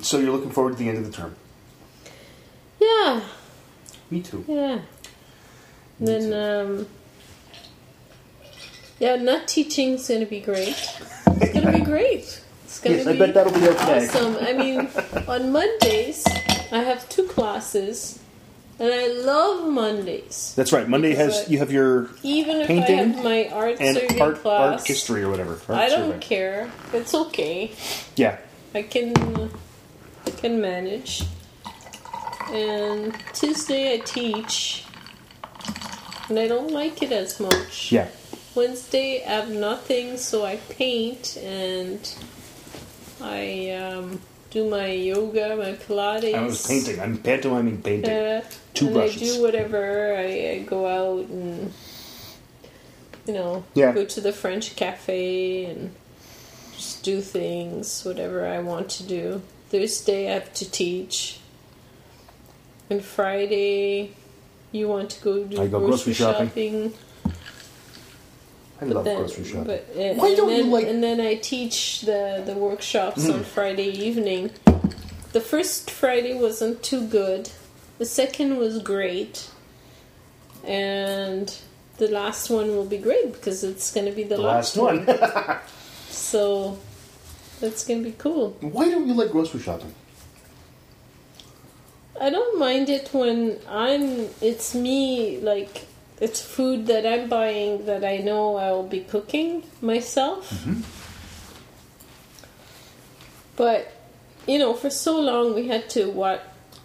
Speaker 1: so you're looking forward to the end of the term.
Speaker 2: Yeah.
Speaker 1: Me too.
Speaker 2: Yeah. Then um yeah, not teaching is gonna be great. It's gonna be great. It's gonna
Speaker 1: Yes,
Speaker 2: be
Speaker 1: I bet that'll be okay.
Speaker 2: awesome. I mean, on Mondays I have two classes, and I love Mondays.
Speaker 1: That's right. Monday has you have your
Speaker 2: Even if I
Speaker 1: Painting
Speaker 2: have my art
Speaker 1: and
Speaker 2: survey
Speaker 1: art,
Speaker 2: class,
Speaker 1: art history or whatever. Art
Speaker 2: I don't
Speaker 1: survey.
Speaker 2: care. It's okay.
Speaker 1: Yeah.
Speaker 2: I can I can manage. And Tuesday I teach, and I don't like it as much.
Speaker 1: Yeah.
Speaker 2: Wednesday I have nothing, so I paint and I um, do my yoga, my Pilates.
Speaker 1: I was painting. I'm pantomiming painting.
Speaker 2: Uh,
Speaker 1: Two
Speaker 2: and I
Speaker 1: brushes.
Speaker 2: do whatever. I, I go out and you know
Speaker 1: Yeah.
Speaker 2: go to the French cafe and just do things, whatever I want to do. Thursday I have to teach, and Friday you want to go do
Speaker 1: I go grocery shopping.
Speaker 2: shopping.
Speaker 1: I love
Speaker 2: Then-
Speaker 1: grocery shopping.
Speaker 2: But, and,
Speaker 1: Why
Speaker 2: and
Speaker 1: don't you
Speaker 2: then,
Speaker 1: like- Mm.
Speaker 2: And then I teach the the workshops on Friday evening. The first Friday wasn't too good. The second was great, and the last one will be great because it's going to be the,
Speaker 1: the
Speaker 2: last,
Speaker 1: last one.
Speaker 2: So that's going to be cool.
Speaker 1: Why don't you like grocery shopping?
Speaker 2: I don't mind it when I'm. It's me like. It's food that I'm buying that I know I'll be cooking myself. But you know, for so long we had to what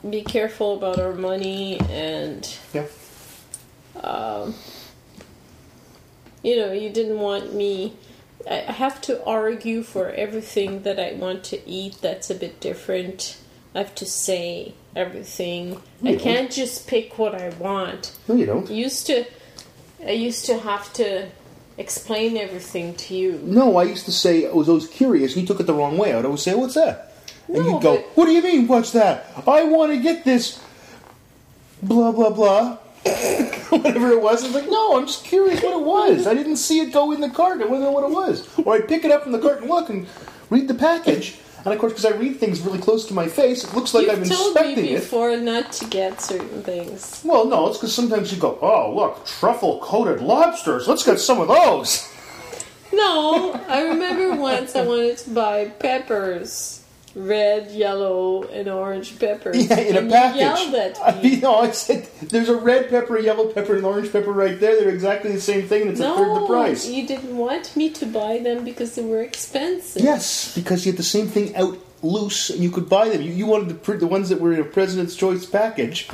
Speaker 2: be careful about our money and
Speaker 1: Yeah.
Speaker 2: you know, you didn't want me. I I have to argue for everything that I want to eat that's a bit different. I have to say everything. I
Speaker 1: Yeah.
Speaker 2: can't just pick what I want.
Speaker 1: No, you don't.
Speaker 2: Used to, I used to have to explain everything to you.
Speaker 1: No, I used to say I was always curious, and you took it the wrong way. I'd always say, "What's that?" And
Speaker 2: No,
Speaker 1: you'd go,
Speaker 2: but-
Speaker 1: "What do you mean? What's that? I want to get this." Blah blah blah. Whatever it was, I was like, "No, I'm just curious what it was. I didn't see it go in the cart. I wouldn't know what it was." Or I'd pick it up from the cart and look and read the package, And of course, because I read things really close to my face, it looks like
Speaker 2: You've
Speaker 1: I'm
Speaker 2: told
Speaker 1: inspecting
Speaker 2: me
Speaker 1: it.
Speaker 2: before not to get certain things.
Speaker 1: Well, no, it's because sometimes you go, oh, look, truffle coated lobsters. Let's get some of those.
Speaker 2: No, I remember once I wanted to buy peppers. Red, yellow, and orange peppers.
Speaker 1: Yeah, in
Speaker 2: and
Speaker 1: a package.
Speaker 2: You yelled
Speaker 1: I
Speaker 2: at me.
Speaker 1: mean, no, I said there's a red pepper, a yellow pepper, and an orange pepper right there. They're exactly the same thing, and it's a third
Speaker 2: no,
Speaker 1: the price.
Speaker 2: you didn't want me to buy them because they were expensive.
Speaker 1: Yes, because you had the same thing out loose, and you could buy them. You, you wanted the, pre- the ones that were in a President's Choice package,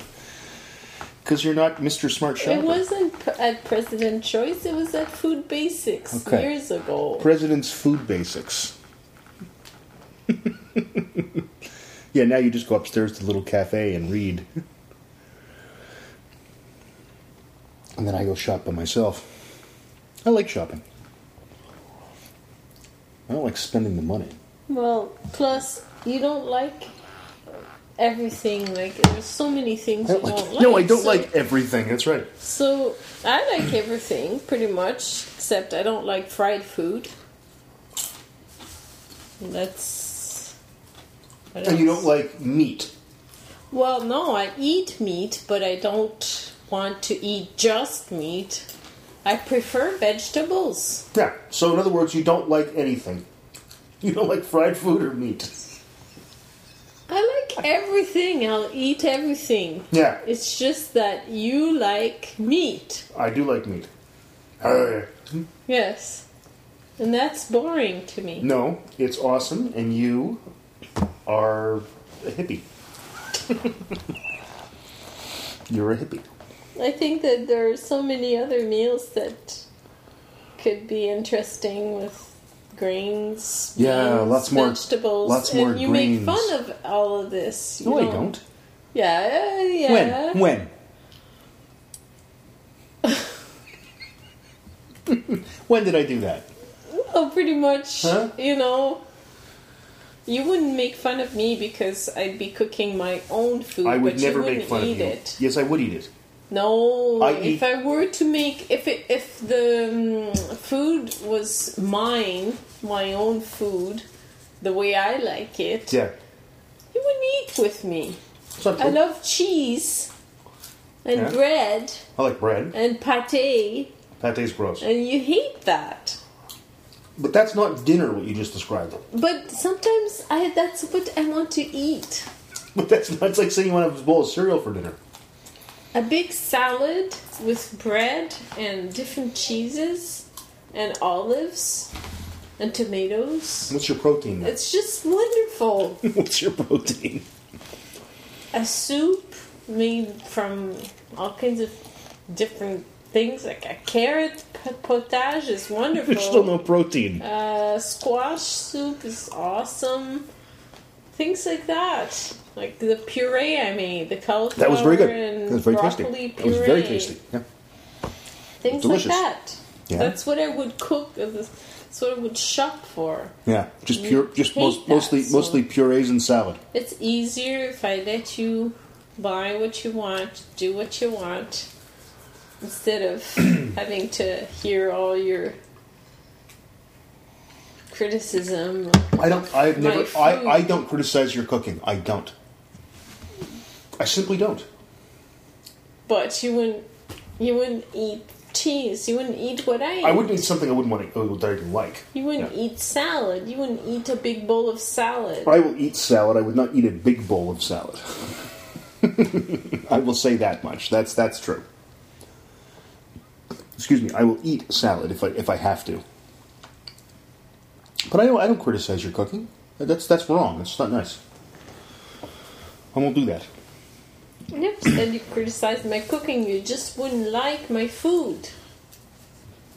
Speaker 1: because you're not Mr. Smart Shopper.
Speaker 2: It wasn't p- at President Choice. It was at Food Basics
Speaker 1: Okay.
Speaker 2: years ago.
Speaker 1: President's Food Basics. yeah, now you just go upstairs to the little cafe and read. And then I go shop by myself. I like shopping. I don't like spending the money.
Speaker 2: well, plus you don't like everything. Like there's so many things
Speaker 1: I
Speaker 2: you
Speaker 1: don't like-
Speaker 2: don't like.
Speaker 1: no, I don't
Speaker 2: so,
Speaker 1: like everything. That's right.
Speaker 2: So I like everything pretty much, except I don't like fried food. And That's. what
Speaker 1: And you
Speaker 2: else?
Speaker 1: don't like meat.
Speaker 2: Well, no, I eat meat, but I don't want to eat just meat. I prefer vegetables.
Speaker 1: Yeah. So in other words, you don't like anything. You don't like fried food or meat.
Speaker 2: I like everything. I'll eat everything.
Speaker 1: Yeah,
Speaker 2: It's just that you like meat.
Speaker 1: I do like meat. Arrgh.
Speaker 2: Yes. And that's boring to me.
Speaker 1: No, it's awesome, and you are a hippie. You're a hippie.
Speaker 2: I think that there are so many other meals that could be interesting with grains.
Speaker 1: Yeah,
Speaker 2: beans,
Speaker 1: lots more-
Speaker 2: vegetables.
Speaker 1: lots
Speaker 2: and
Speaker 1: more
Speaker 2: you
Speaker 1: greens.
Speaker 2: make fun of all of this. You
Speaker 1: No, I don't.
Speaker 2: Yeah, yeah.
Speaker 1: When? When? when did I do that?
Speaker 2: Oh, pretty much.
Speaker 1: Huh?
Speaker 2: You know, you wouldn't make fun of me because I'd be cooking my own food.
Speaker 1: I would
Speaker 2: but
Speaker 1: never
Speaker 2: you wouldn't
Speaker 1: make fun of
Speaker 2: eat
Speaker 1: you.
Speaker 2: It.
Speaker 1: Yes, I would eat it.
Speaker 2: No,
Speaker 1: I
Speaker 2: if
Speaker 1: eat-
Speaker 2: I were to make if it, if the um, food was mine, my own food, the way I like it,
Speaker 1: Yeah.
Speaker 2: you wouldn't eat with me.
Speaker 1: So
Speaker 2: I love cheese and
Speaker 1: Yeah.
Speaker 2: bread
Speaker 1: I like bread.
Speaker 2: and pate,
Speaker 1: Pate's gross.
Speaker 2: and you hate that.
Speaker 1: But that's not dinner, what you just described.
Speaker 2: But sometimes I that's what I want to eat.
Speaker 1: But that's not, it's like saying you want to have a bowl of cereal for dinner.
Speaker 2: A big salad with bread and different cheeses and olives and tomatoes.
Speaker 1: What's your protein then?
Speaker 2: It's just wonderful.
Speaker 1: What's your protein?
Speaker 2: A soup made from all kinds of different things, like a carrot p- potage is wonderful.
Speaker 1: There's still no protein.
Speaker 2: Uh, squash soup is awesome. Things like that. Like the puree I made, the cauliflower
Speaker 1: That was very good.
Speaker 2: and
Speaker 1: That was very tasty.
Speaker 2: broccoli
Speaker 1: That
Speaker 2: puree.
Speaker 1: was very tasty. Yeah.
Speaker 2: Things
Speaker 1: Delicious.
Speaker 2: like that.
Speaker 1: Yeah.
Speaker 2: That's what I would cook. That's what I would shop for.
Speaker 1: Yeah, just pure, just
Speaker 2: hate
Speaker 1: most,
Speaker 2: that,
Speaker 1: mostly
Speaker 2: so-
Speaker 1: mostly purees and salad.
Speaker 2: It's easier if I let you buy what you want, do what you want, instead of having to hear all your criticism.
Speaker 1: I don't. I've
Speaker 2: My
Speaker 1: never. I,
Speaker 2: food.
Speaker 1: I don't criticize your cooking. I don't. I simply don't.
Speaker 2: But you wouldn't, you wouldn't eat cheese. You wouldn't eat what I.
Speaker 1: I wouldn't eat something I wouldn't want to oh, that I didn't like.
Speaker 2: You wouldn't
Speaker 1: Yeah.
Speaker 2: eat salad. You wouldn't eat a big bowl of salad.
Speaker 1: I will eat salad. I would not eat a big bowl of salad. I will say that much. That's that's true. Excuse me. I will eat salad if I if I have to. But I don't I don't criticize your cooking. That's that's wrong. That's not nice. I won't do that.
Speaker 2: I never said you criticized my cooking. You just wouldn't like my food.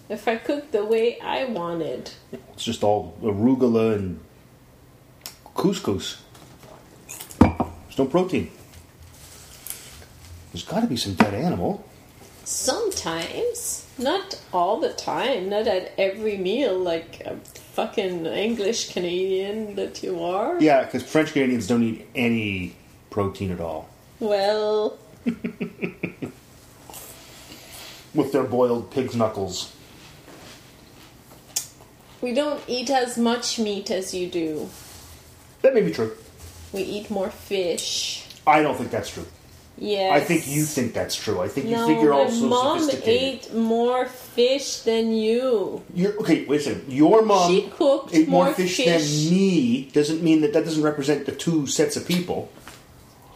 Speaker 2: If I cooked the way I wanted.
Speaker 1: It's just all arugula and couscous. There's no protein. There's got to be some dead animal.
Speaker 2: Sometimes, not all the time, not at every meal, like a fucking English Canadian that you are.
Speaker 1: Yeah, because French Canadians don't eat any protein at all.
Speaker 2: Well,
Speaker 1: With their boiled pig's knuckles.
Speaker 2: we don't eat as much meat as you do.
Speaker 1: That may be true.
Speaker 2: We eat more fish.
Speaker 1: I don't think that's true.
Speaker 2: Yes.
Speaker 1: I think you think that's true. I think you
Speaker 2: No,
Speaker 1: think you're
Speaker 2: my
Speaker 1: all so
Speaker 2: mom
Speaker 1: sophisticated.
Speaker 2: ate more fish than you.
Speaker 1: You're, okay, wait a second. Your mom
Speaker 2: She cooked
Speaker 1: ate more,
Speaker 2: more
Speaker 1: fish,
Speaker 2: fish.
Speaker 1: than me. Doesn't mean that that doesn't represent the two sets of people.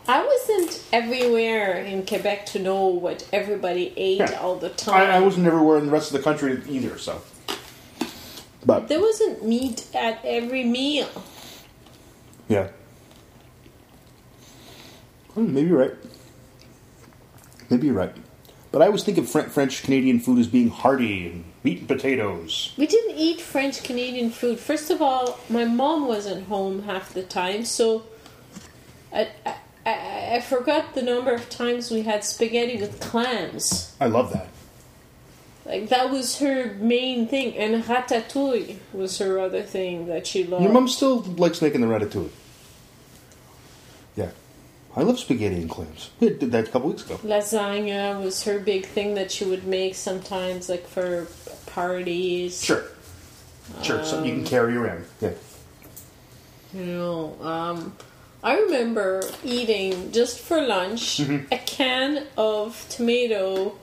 Speaker 2: I wasn't everywhere in Quebec to know what everybody ate
Speaker 1: Yeah.
Speaker 2: all the time.
Speaker 1: I, I wasn't everywhere in the rest of the country either, so. But
Speaker 2: There wasn't meat at every meal.
Speaker 1: yeah, Hmm, maybe you're right. Maybe you're right. But I always think of Fren- French Canadian food as being hearty and meat and potatoes.
Speaker 2: We didn't eat French Canadian food. First of all, my mom wasn't home half the time, so I, I, I, I forgot the number of times we had spaghetti with clams.
Speaker 1: I love that.
Speaker 2: Like, that was her main thing, and ratatouille was her other thing that she loved.
Speaker 1: Your mom still likes making the ratatouille. Yeah, I love spaghetti and clams. We did that a couple weeks ago.
Speaker 2: Lasagna was her big thing that she would make sometimes, like for parties.
Speaker 1: Sure. Sure.
Speaker 2: Um,
Speaker 1: something you can carry around. Yeah.
Speaker 2: You know, um, I remember eating just for lunch
Speaker 1: Mm-hmm.
Speaker 2: a can of tomato,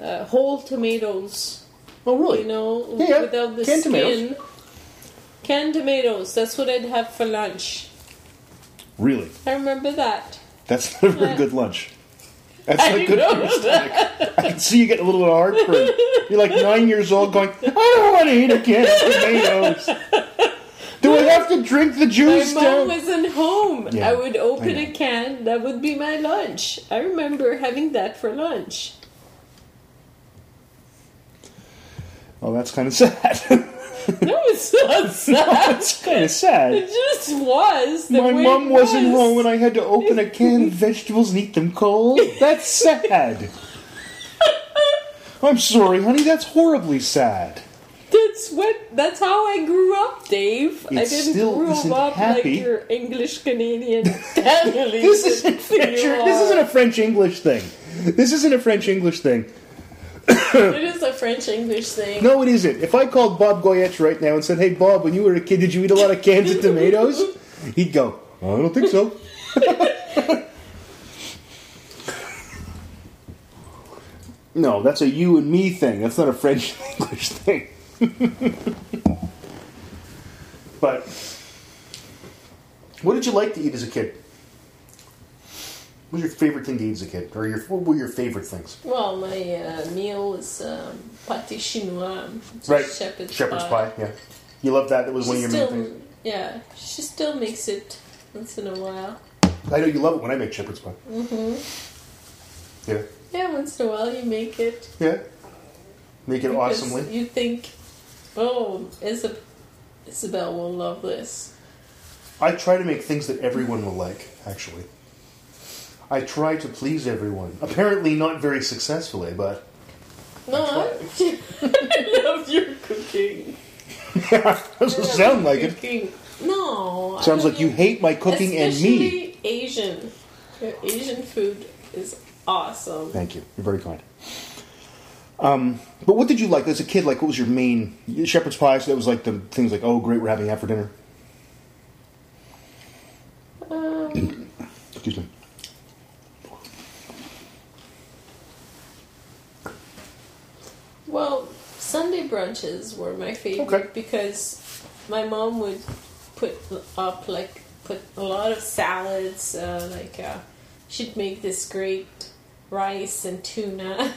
Speaker 2: uh, whole tomatoes.
Speaker 1: Oh, really?
Speaker 2: You know,
Speaker 1: Yeah, yeah.
Speaker 2: without the
Speaker 1: Canned
Speaker 2: skin.
Speaker 1: tomatoes.
Speaker 2: Canned tomatoes. That's what I'd have for lunch.
Speaker 1: Really?
Speaker 2: I remember that.
Speaker 1: That's not a very good lunch. That's
Speaker 2: I
Speaker 1: not good
Speaker 2: know
Speaker 1: for your stomach. I can see you getting a little bit of heartburn. You're like nine years old going, I don't want to eat a can of tomatoes. Do I have to drink the
Speaker 2: My
Speaker 1: juice
Speaker 2: mom
Speaker 1: down?
Speaker 2: wasn't home.
Speaker 1: Yeah,
Speaker 2: I would open
Speaker 1: I
Speaker 2: a
Speaker 1: know.
Speaker 2: can. That would be my lunch. I remember having that for lunch.
Speaker 1: Oh, that's kind of sad.
Speaker 2: No, it's not
Speaker 1: that's
Speaker 2: such.
Speaker 1: kind of sad.
Speaker 2: It just was. The
Speaker 1: My
Speaker 2: way
Speaker 1: mom
Speaker 2: it
Speaker 1: wasn't
Speaker 2: was.
Speaker 1: home and I had to open a can of vegetables and eat them cold. That's sad. I'm sorry, honey, that's horribly sad.
Speaker 2: That's what. That's how I grew up, Dave. I
Speaker 1: It
Speaker 2: didn't
Speaker 1: still
Speaker 2: grow
Speaker 1: isn't
Speaker 2: up
Speaker 1: happy.
Speaker 2: like your English Canadian family.
Speaker 1: This isn't French.
Speaker 2: You
Speaker 1: This
Speaker 2: are.
Speaker 1: isn't a French English thing. This isn't a French English thing.
Speaker 2: It is a French English thing.
Speaker 1: No, it isn't. If I called Bob Goyetch right now and said, "Hey, Bob, when you were a kid, did you eat a lot of cans of tomatoes?" he'd go, "I don't think so." no, that's a you and me thing. That's not a French English thing. but what did you like to eat as a kid? What was your favorite thing to eat as a kid, or your what were your favorite things?
Speaker 2: Well, my uh, meal was um, pâté chinois, which is shepherd's, pie.
Speaker 1: Yeah, you love that. That was
Speaker 2: She
Speaker 1: one of your main
Speaker 2: still,
Speaker 1: things.
Speaker 2: yeah, she still makes it once in a while.
Speaker 1: I know you love it when I make shepherd's pie. Mm-hmm. Yeah,
Speaker 2: Yeah, once in a while you make it.
Speaker 1: yeah. Make it
Speaker 2: because
Speaker 1: awesomely.
Speaker 2: You think, oh, Isab- Isabel will love this.
Speaker 1: I try to make things that everyone will like. Actually, I try to please everyone. Apparently, not very successfully, but
Speaker 2: No, I, I love your cooking.
Speaker 1: doesn't sound like it.
Speaker 2: Cooking. No. I
Speaker 1: Sounds
Speaker 2: don't
Speaker 1: like you
Speaker 2: know.
Speaker 1: hate my cooking and me.
Speaker 2: Especially Asian. Your Asian food is awesome.
Speaker 1: Thank you. You're very kind. Um, but what did you like as a kid? Like, what was your main shepherd's pie? So that was like the things like, oh, great, we're having that for dinner.
Speaker 2: Um,
Speaker 1: Excuse me.
Speaker 2: well, Sunday brunches were my favorite
Speaker 1: Okay.
Speaker 2: because my mom would put up like put a lot of salads. Uh, like uh, she'd make this great rice and tuna,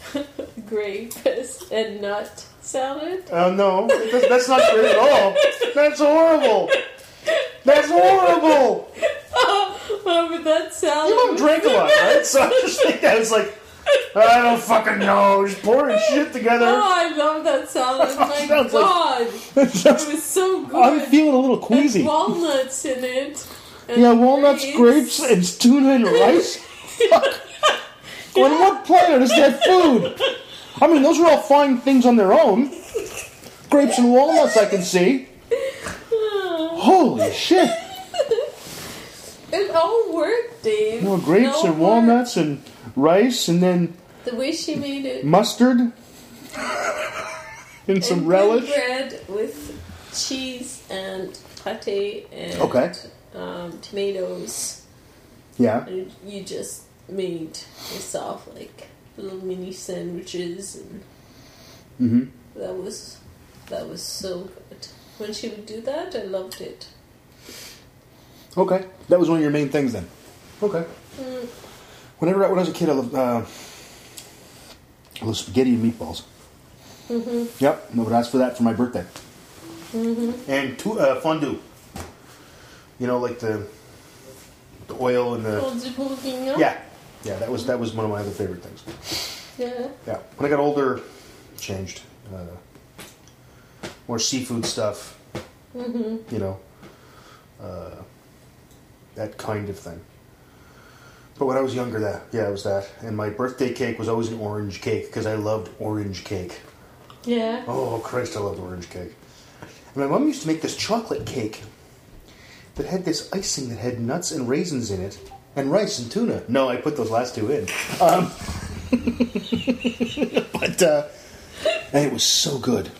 Speaker 2: grape and nut salad.
Speaker 1: Uh, no, that's, that's not good at all. That's horrible. That's horrible.
Speaker 2: Oh, but that salad.
Speaker 1: You don't
Speaker 2: was-
Speaker 1: drink a lot, right? So I just think that was like, I don't fucking know. Just pouring shit together.
Speaker 2: Oh, I love that salad. My
Speaker 1: Sounds like-
Speaker 2: God, it was so
Speaker 1: I'm
Speaker 2: good.
Speaker 1: feeling a little queasy.
Speaker 2: And walnuts in it. and
Speaker 1: Yeah, walnuts, grapes,
Speaker 2: grapes.
Speaker 1: and tuna and rice. Fuck. On what planet is that food? I mean, those are all fine things on their own. Grapes and walnuts, I can see. Holy shit!
Speaker 2: It all worked, Dave.
Speaker 1: No grapes
Speaker 2: It all
Speaker 1: and walnuts and rice, and then
Speaker 2: worked. The way she made it.
Speaker 1: mustard and some
Speaker 2: And
Speaker 1: relish.
Speaker 2: Bread with cheese and pate and
Speaker 1: Okay.
Speaker 2: um, tomatoes.
Speaker 1: Yeah.
Speaker 2: And you just made yourself like little mini sandwiches, and
Speaker 1: Mm-hmm.
Speaker 2: that was that was so good. When she would do that, I loved it.
Speaker 1: Okay. That was one of your main things then. Okay. Mm. Whenever I, when I was a kid, I loved, uh, I loved spaghetti and meatballs. Mm-hmm. Yep. No, but I asked for that for my birthday. Mm-hmm. And to, uh, fondue. You know, like the the oil and the
Speaker 2: Oh, the bourguignon?
Speaker 1: yeah, yeah. That was that was one of my other favorite things.
Speaker 2: Yeah.
Speaker 1: Yeah. When I got older, changed. Uh, more seafood stuff. You know, uh, that kind of thing. But when I was younger, that yeah, it was that. And my birthday cake was always an orange cake because I loved orange cake.
Speaker 2: Yeah.
Speaker 1: Oh Christ, I loved orange cake. And my mom used to make this chocolate cake that had this icing that had nuts and raisins in it, and rice and tuna. No, I put those last two in. Um, but uh, and it was so good.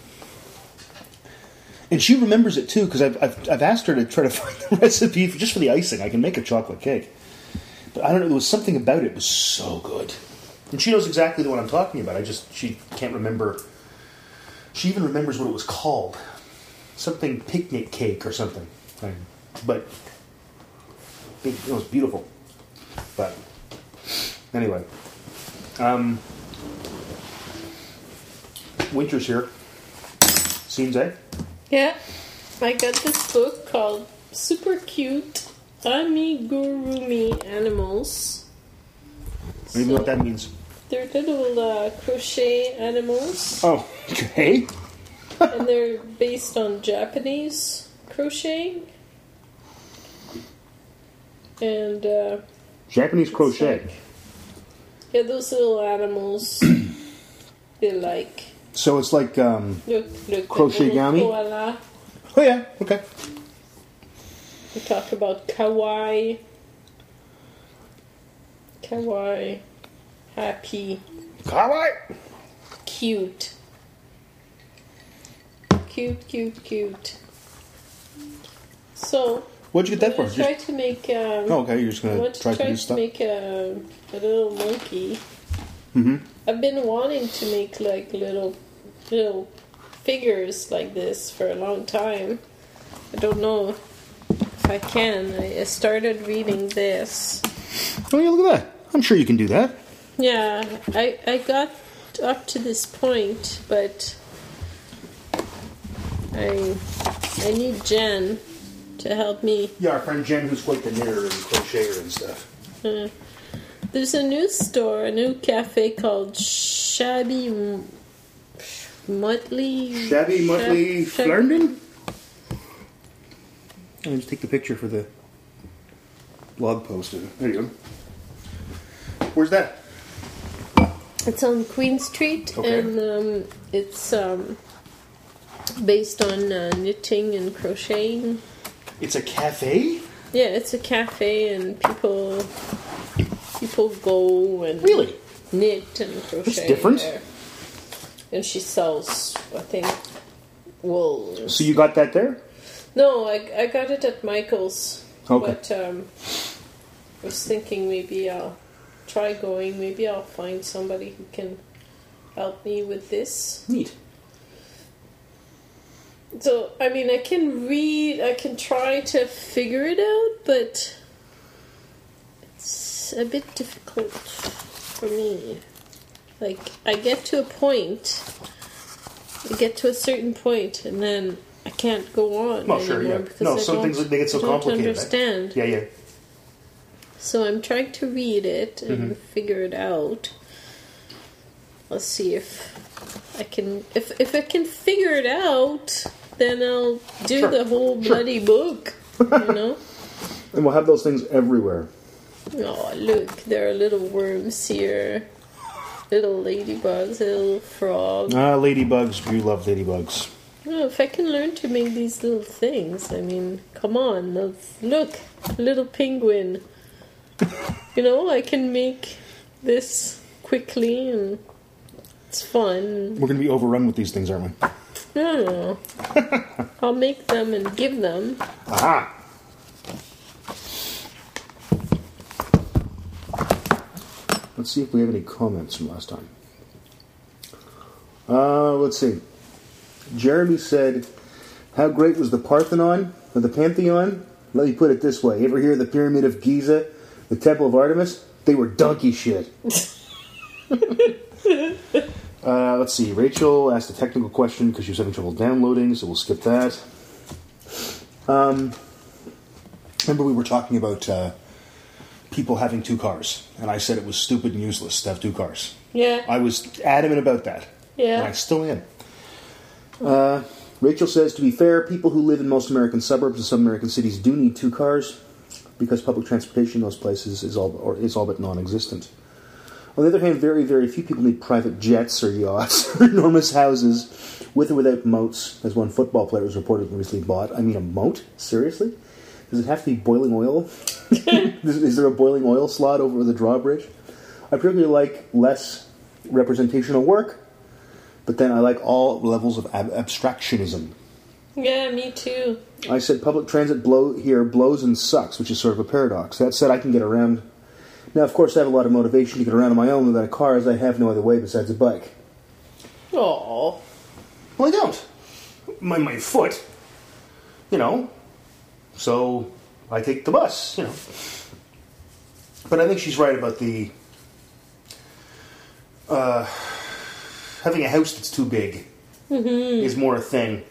Speaker 1: And she remembers it too because I've, I've, I've asked her to try to find the recipe for, just for the icing. I can make a chocolate cake, but I don't know. There was something about it that was so good, and she knows exactly the one I'm talking about. I just she can't remember. She even remembers what it was called, something picnic cake or something. Right. But big, it was beautiful. But anyway, um, winter's here. Seems eh?
Speaker 2: Yeah. I got this book called Super Cute Amigurumi Animals.
Speaker 1: I don't even know what
Speaker 2: So-
Speaker 1: that means.
Speaker 2: They're little uh, crochet animals,
Speaker 1: Oh, okay.
Speaker 2: and they're based on Japanese crocheting. And uh,
Speaker 1: Japanese
Speaker 2: it's
Speaker 1: crochet.
Speaker 2: like- yeah, those little animals. they like
Speaker 1: So it's like, um,
Speaker 2: look, look.
Speaker 1: Crochet-gami?
Speaker 2: Koala.
Speaker 1: oh yeah, okay.
Speaker 2: We talk about kawaii. Kawaii, happy,
Speaker 1: Kawaii.
Speaker 2: cute, cute, cute, cute. So
Speaker 1: What'd you get that
Speaker 2: I
Speaker 1: for? Just-
Speaker 2: tried to make. Um,
Speaker 1: oh, okay. You're just
Speaker 2: I
Speaker 1: gonna
Speaker 2: want to
Speaker 1: try
Speaker 2: try
Speaker 1: to do
Speaker 2: to,
Speaker 1: stuff.
Speaker 2: make a, a little monkey.
Speaker 1: Mm-hmm.
Speaker 2: I've been wanting to make like little little figures like this for a long time. I don't know if I can. I I started reading this.
Speaker 1: Oh yeah, look at that. I'm sure you can do that.
Speaker 2: Yeah, I I got up to this point, but I I need Jen to help me.
Speaker 1: Yeah, our friend Jen, who's quite the knitter and crocheter and stuff.
Speaker 2: Uh, there's a new store, a new cafe called Shabby M- Motley.
Speaker 1: Shabby Muttley
Speaker 2: Shab- Shab-
Speaker 1: Flerndon? I'll just take the picture for the blog post. There you go. Where's that?
Speaker 2: It's on Queen Street,
Speaker 1: Okay.
Speaker 2: and um, it's um, based on uh, knitting and crocheting.
Speaker 1: It's a cafe?
Speaker 2: Yeah, it's a cafe, and people people go and
Speaker 1: Really?
Speaker 2: knit and crochet.
Speaker 1: different.
Speaker 2: there. And she sells, I think, wool. or
Speaker 1: So you got that there?
Speaker 2: No, I, I got it at Michael's.
Speaker 1: Okay.
Speaker 2: But um, I was thinking maybe I'll try going. Maybe I'll find somebody who can help me with this.
Speaker 1: Neat.
Speaker 2: So, I mean, I can read, I can try to figure it out, but it's a bit difficult for me. Like, I get to a point, I get to a certain point, and then I can't go on.
Speaker 1: Well, sure,
Speaker 2: anymore
Speaker 1: yeah.
Speaker 2: Because
Speaker 1: No,
Speaker 2: I
Speaker 1: some
Speaker 2: don't-
Speaker 1: things, like, they get so
Speaker 2: I don't
Speaker 1: complicated, eh?
Speaker 2: understand.
Speaker 1: Yeah, yeah.
Speaker 2: So I'm trying to read it and
Speaker 1: Mm-hmm.
Speaker 2: figure it out. Let's see if I can if if I can figure it out, then I'll do
Speaker 1: Sure.
Speaker 2: the whole bloody book. You know?
Speaker 1: And we'll have those things everywhere.
Speaker 2: oh look, there are little worms here. Little ladybugs, little frog.
Speaker 1: Ah, ladybugs. You love ladybugs.
Speaker 2: Oh, if I can learn to make these little things, I mean, come on, let's- look, little penguin. you know, I can make this quickly and it's fun.
Speaker 1: We're going to be overrun with these things, aren't we?
Speaker 2: No, no, no. I'll make them and give them.
Speaker 1: Aha! Let's see if we have any comments from last time. Uh, let's see. Jeremy said, How great was the Parthenon, or the Pantheon? Let me put it this way. You ever hear of the Pyramid of Giza, the Temple of Artemis? They were donkey shit. Uh, let's see. Rachel asked a technical question because she was having trouble downloading, so we'll skip that. Um, remember, we were talking about uh, people having two cars, and I said it was stupid and useless to have two cars.
Speaker 2: Yeah.
Speaker 1: I was adamant about that.
Speaker 2: Yeah.
Speaker 1: And I still am. Uh, Rachel says, to be fair, people who live in most American suburbs and some American cities do need two cars because public transportation in those places is all, or is all but non existent. On the other hand, very, very few people need private jets or yachts or enormous houses with or without moats, as one football player was reportedly recently bought. I mean, a moat? Seriously? Does it have to be boiling oil? is, is there a boiling oil slot over the drawbridge? I particularly like less representational work, but then I like all levels of ab- abstractionism.
Speaker 2: yeah, me too.
Speaker 1: I said public transit blow here blows and sucks, which is sort of a paradox. That said, I can get around. Now, of course, I have a lot of motivation to get around on my own without a car, as I have no other way besides a bike.
Speaker 2: Oh.
Speaker 1: Well, I don't. My my foot. You know. So I take the bus. You know. But I think she's right about the uh, having a house that's too big is more a thing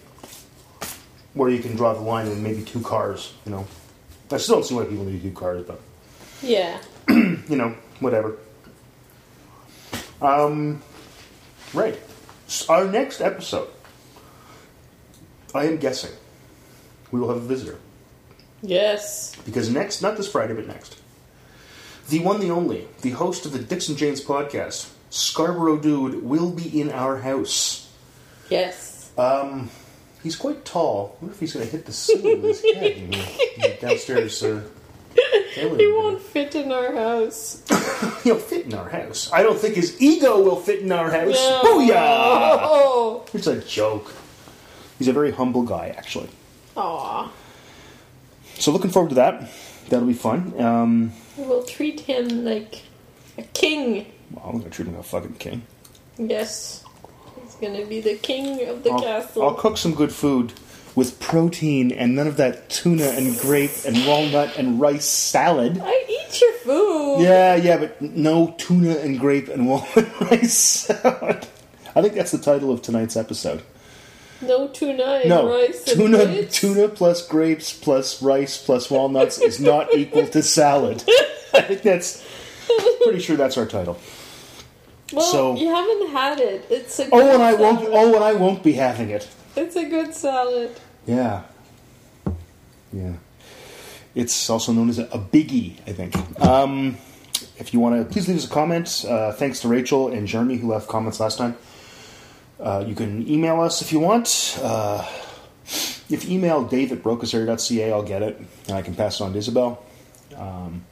Speaker 1: where you can draw the line and maybe two cars. You know. I still don't see why people need two cars, but
Speaker 2: Yeah.
Speaker 1: you know, whatever. Um, right. S our next episode, I am guessing, we will have a visitor
Speaker 2: Yes.
Speaker 1: because next, not this Friday, but next, the one, the only, the host of the Dixon James podcast, Scarborough Dude, will be in our house.
Speaker 2: Yes.
Speaker 1: Uh, He's quite tall. I wonder if he's going to hit the ceiling with his head in the- in the downstairs. Uh, family
Speaker 2: He
Speaker 1: room.
Speaker 2: won't fit in our house.
Speaker 1: He'll fit in our house. I don't think his ego will fit in our house.
Speaker 2: No.
Speaker 1: Booyah!
Speaker 2: Oh.
Speaker 1: It's a joke. He's a very humble guy, actually.
Speaker 2: Aw.
Speaker 1: So looking forward to that. That'll be fun. Um,
Speaker 2: We'll treat him like a king.
Speaker 1: well, I'm gonna treat him like a fucking king.
Speaker 2: Yes. He's gonna be the king of the
Speaker 1: I'll,
Speaker 2: castle.
Speaker 1: I'll cook some good food with protein and none of that tuna and grape and walnut and rice salad.
Speaker 2: I eat your food.
Speaker 1: Yeah, yeah, but no tuna and grape and walnut and rice salad. I think that's the title of tonight's episode.
Speaker 2: No tuna and
Speaker 1: No,
Speaker 2: rice and
Speaker 1: tuna,
Speaker 2: grapes.
Speaker 1: tuna plus grapes plus rice plus walnuts is not equal to salad. I think that's pretty sure that's our title.
Speaker 2: Well,
Speaker 1: so-
Speaker 2: you haven't had it. It's a good
Speaker 1: Oh, and I won't.
Speaker 2: salad.
Speaker 1: Oh, and I won't be having it.
Speaker 2: It's a good salad.
Speaker 1: Yeah, yeah. It's also known as a, a biggie, I think. Um, if you want to, please leave us a comment. Uh, thanks to Rachel and Jeremy who left comments last time. Uh, you can email us if you want. Uh, if you email dave at brocasair.ca, I'll get it, and I can pass it on to Isabel. Um,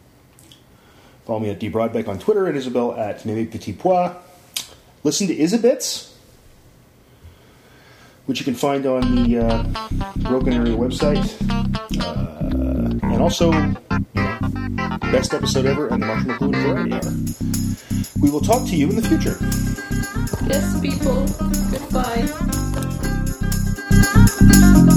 Speaker 1: follow me at dbroadbeck on Twitter and Isabel at Mimi Petit Pois. Listen to Isabits, which you can find on the uh, Broken Area website. Uh, and also, you know, best episode ever and the Marshall McLuhan Variety Hour. We will talk to you in the future.
Speaker 2: Yes, people. Goodbye.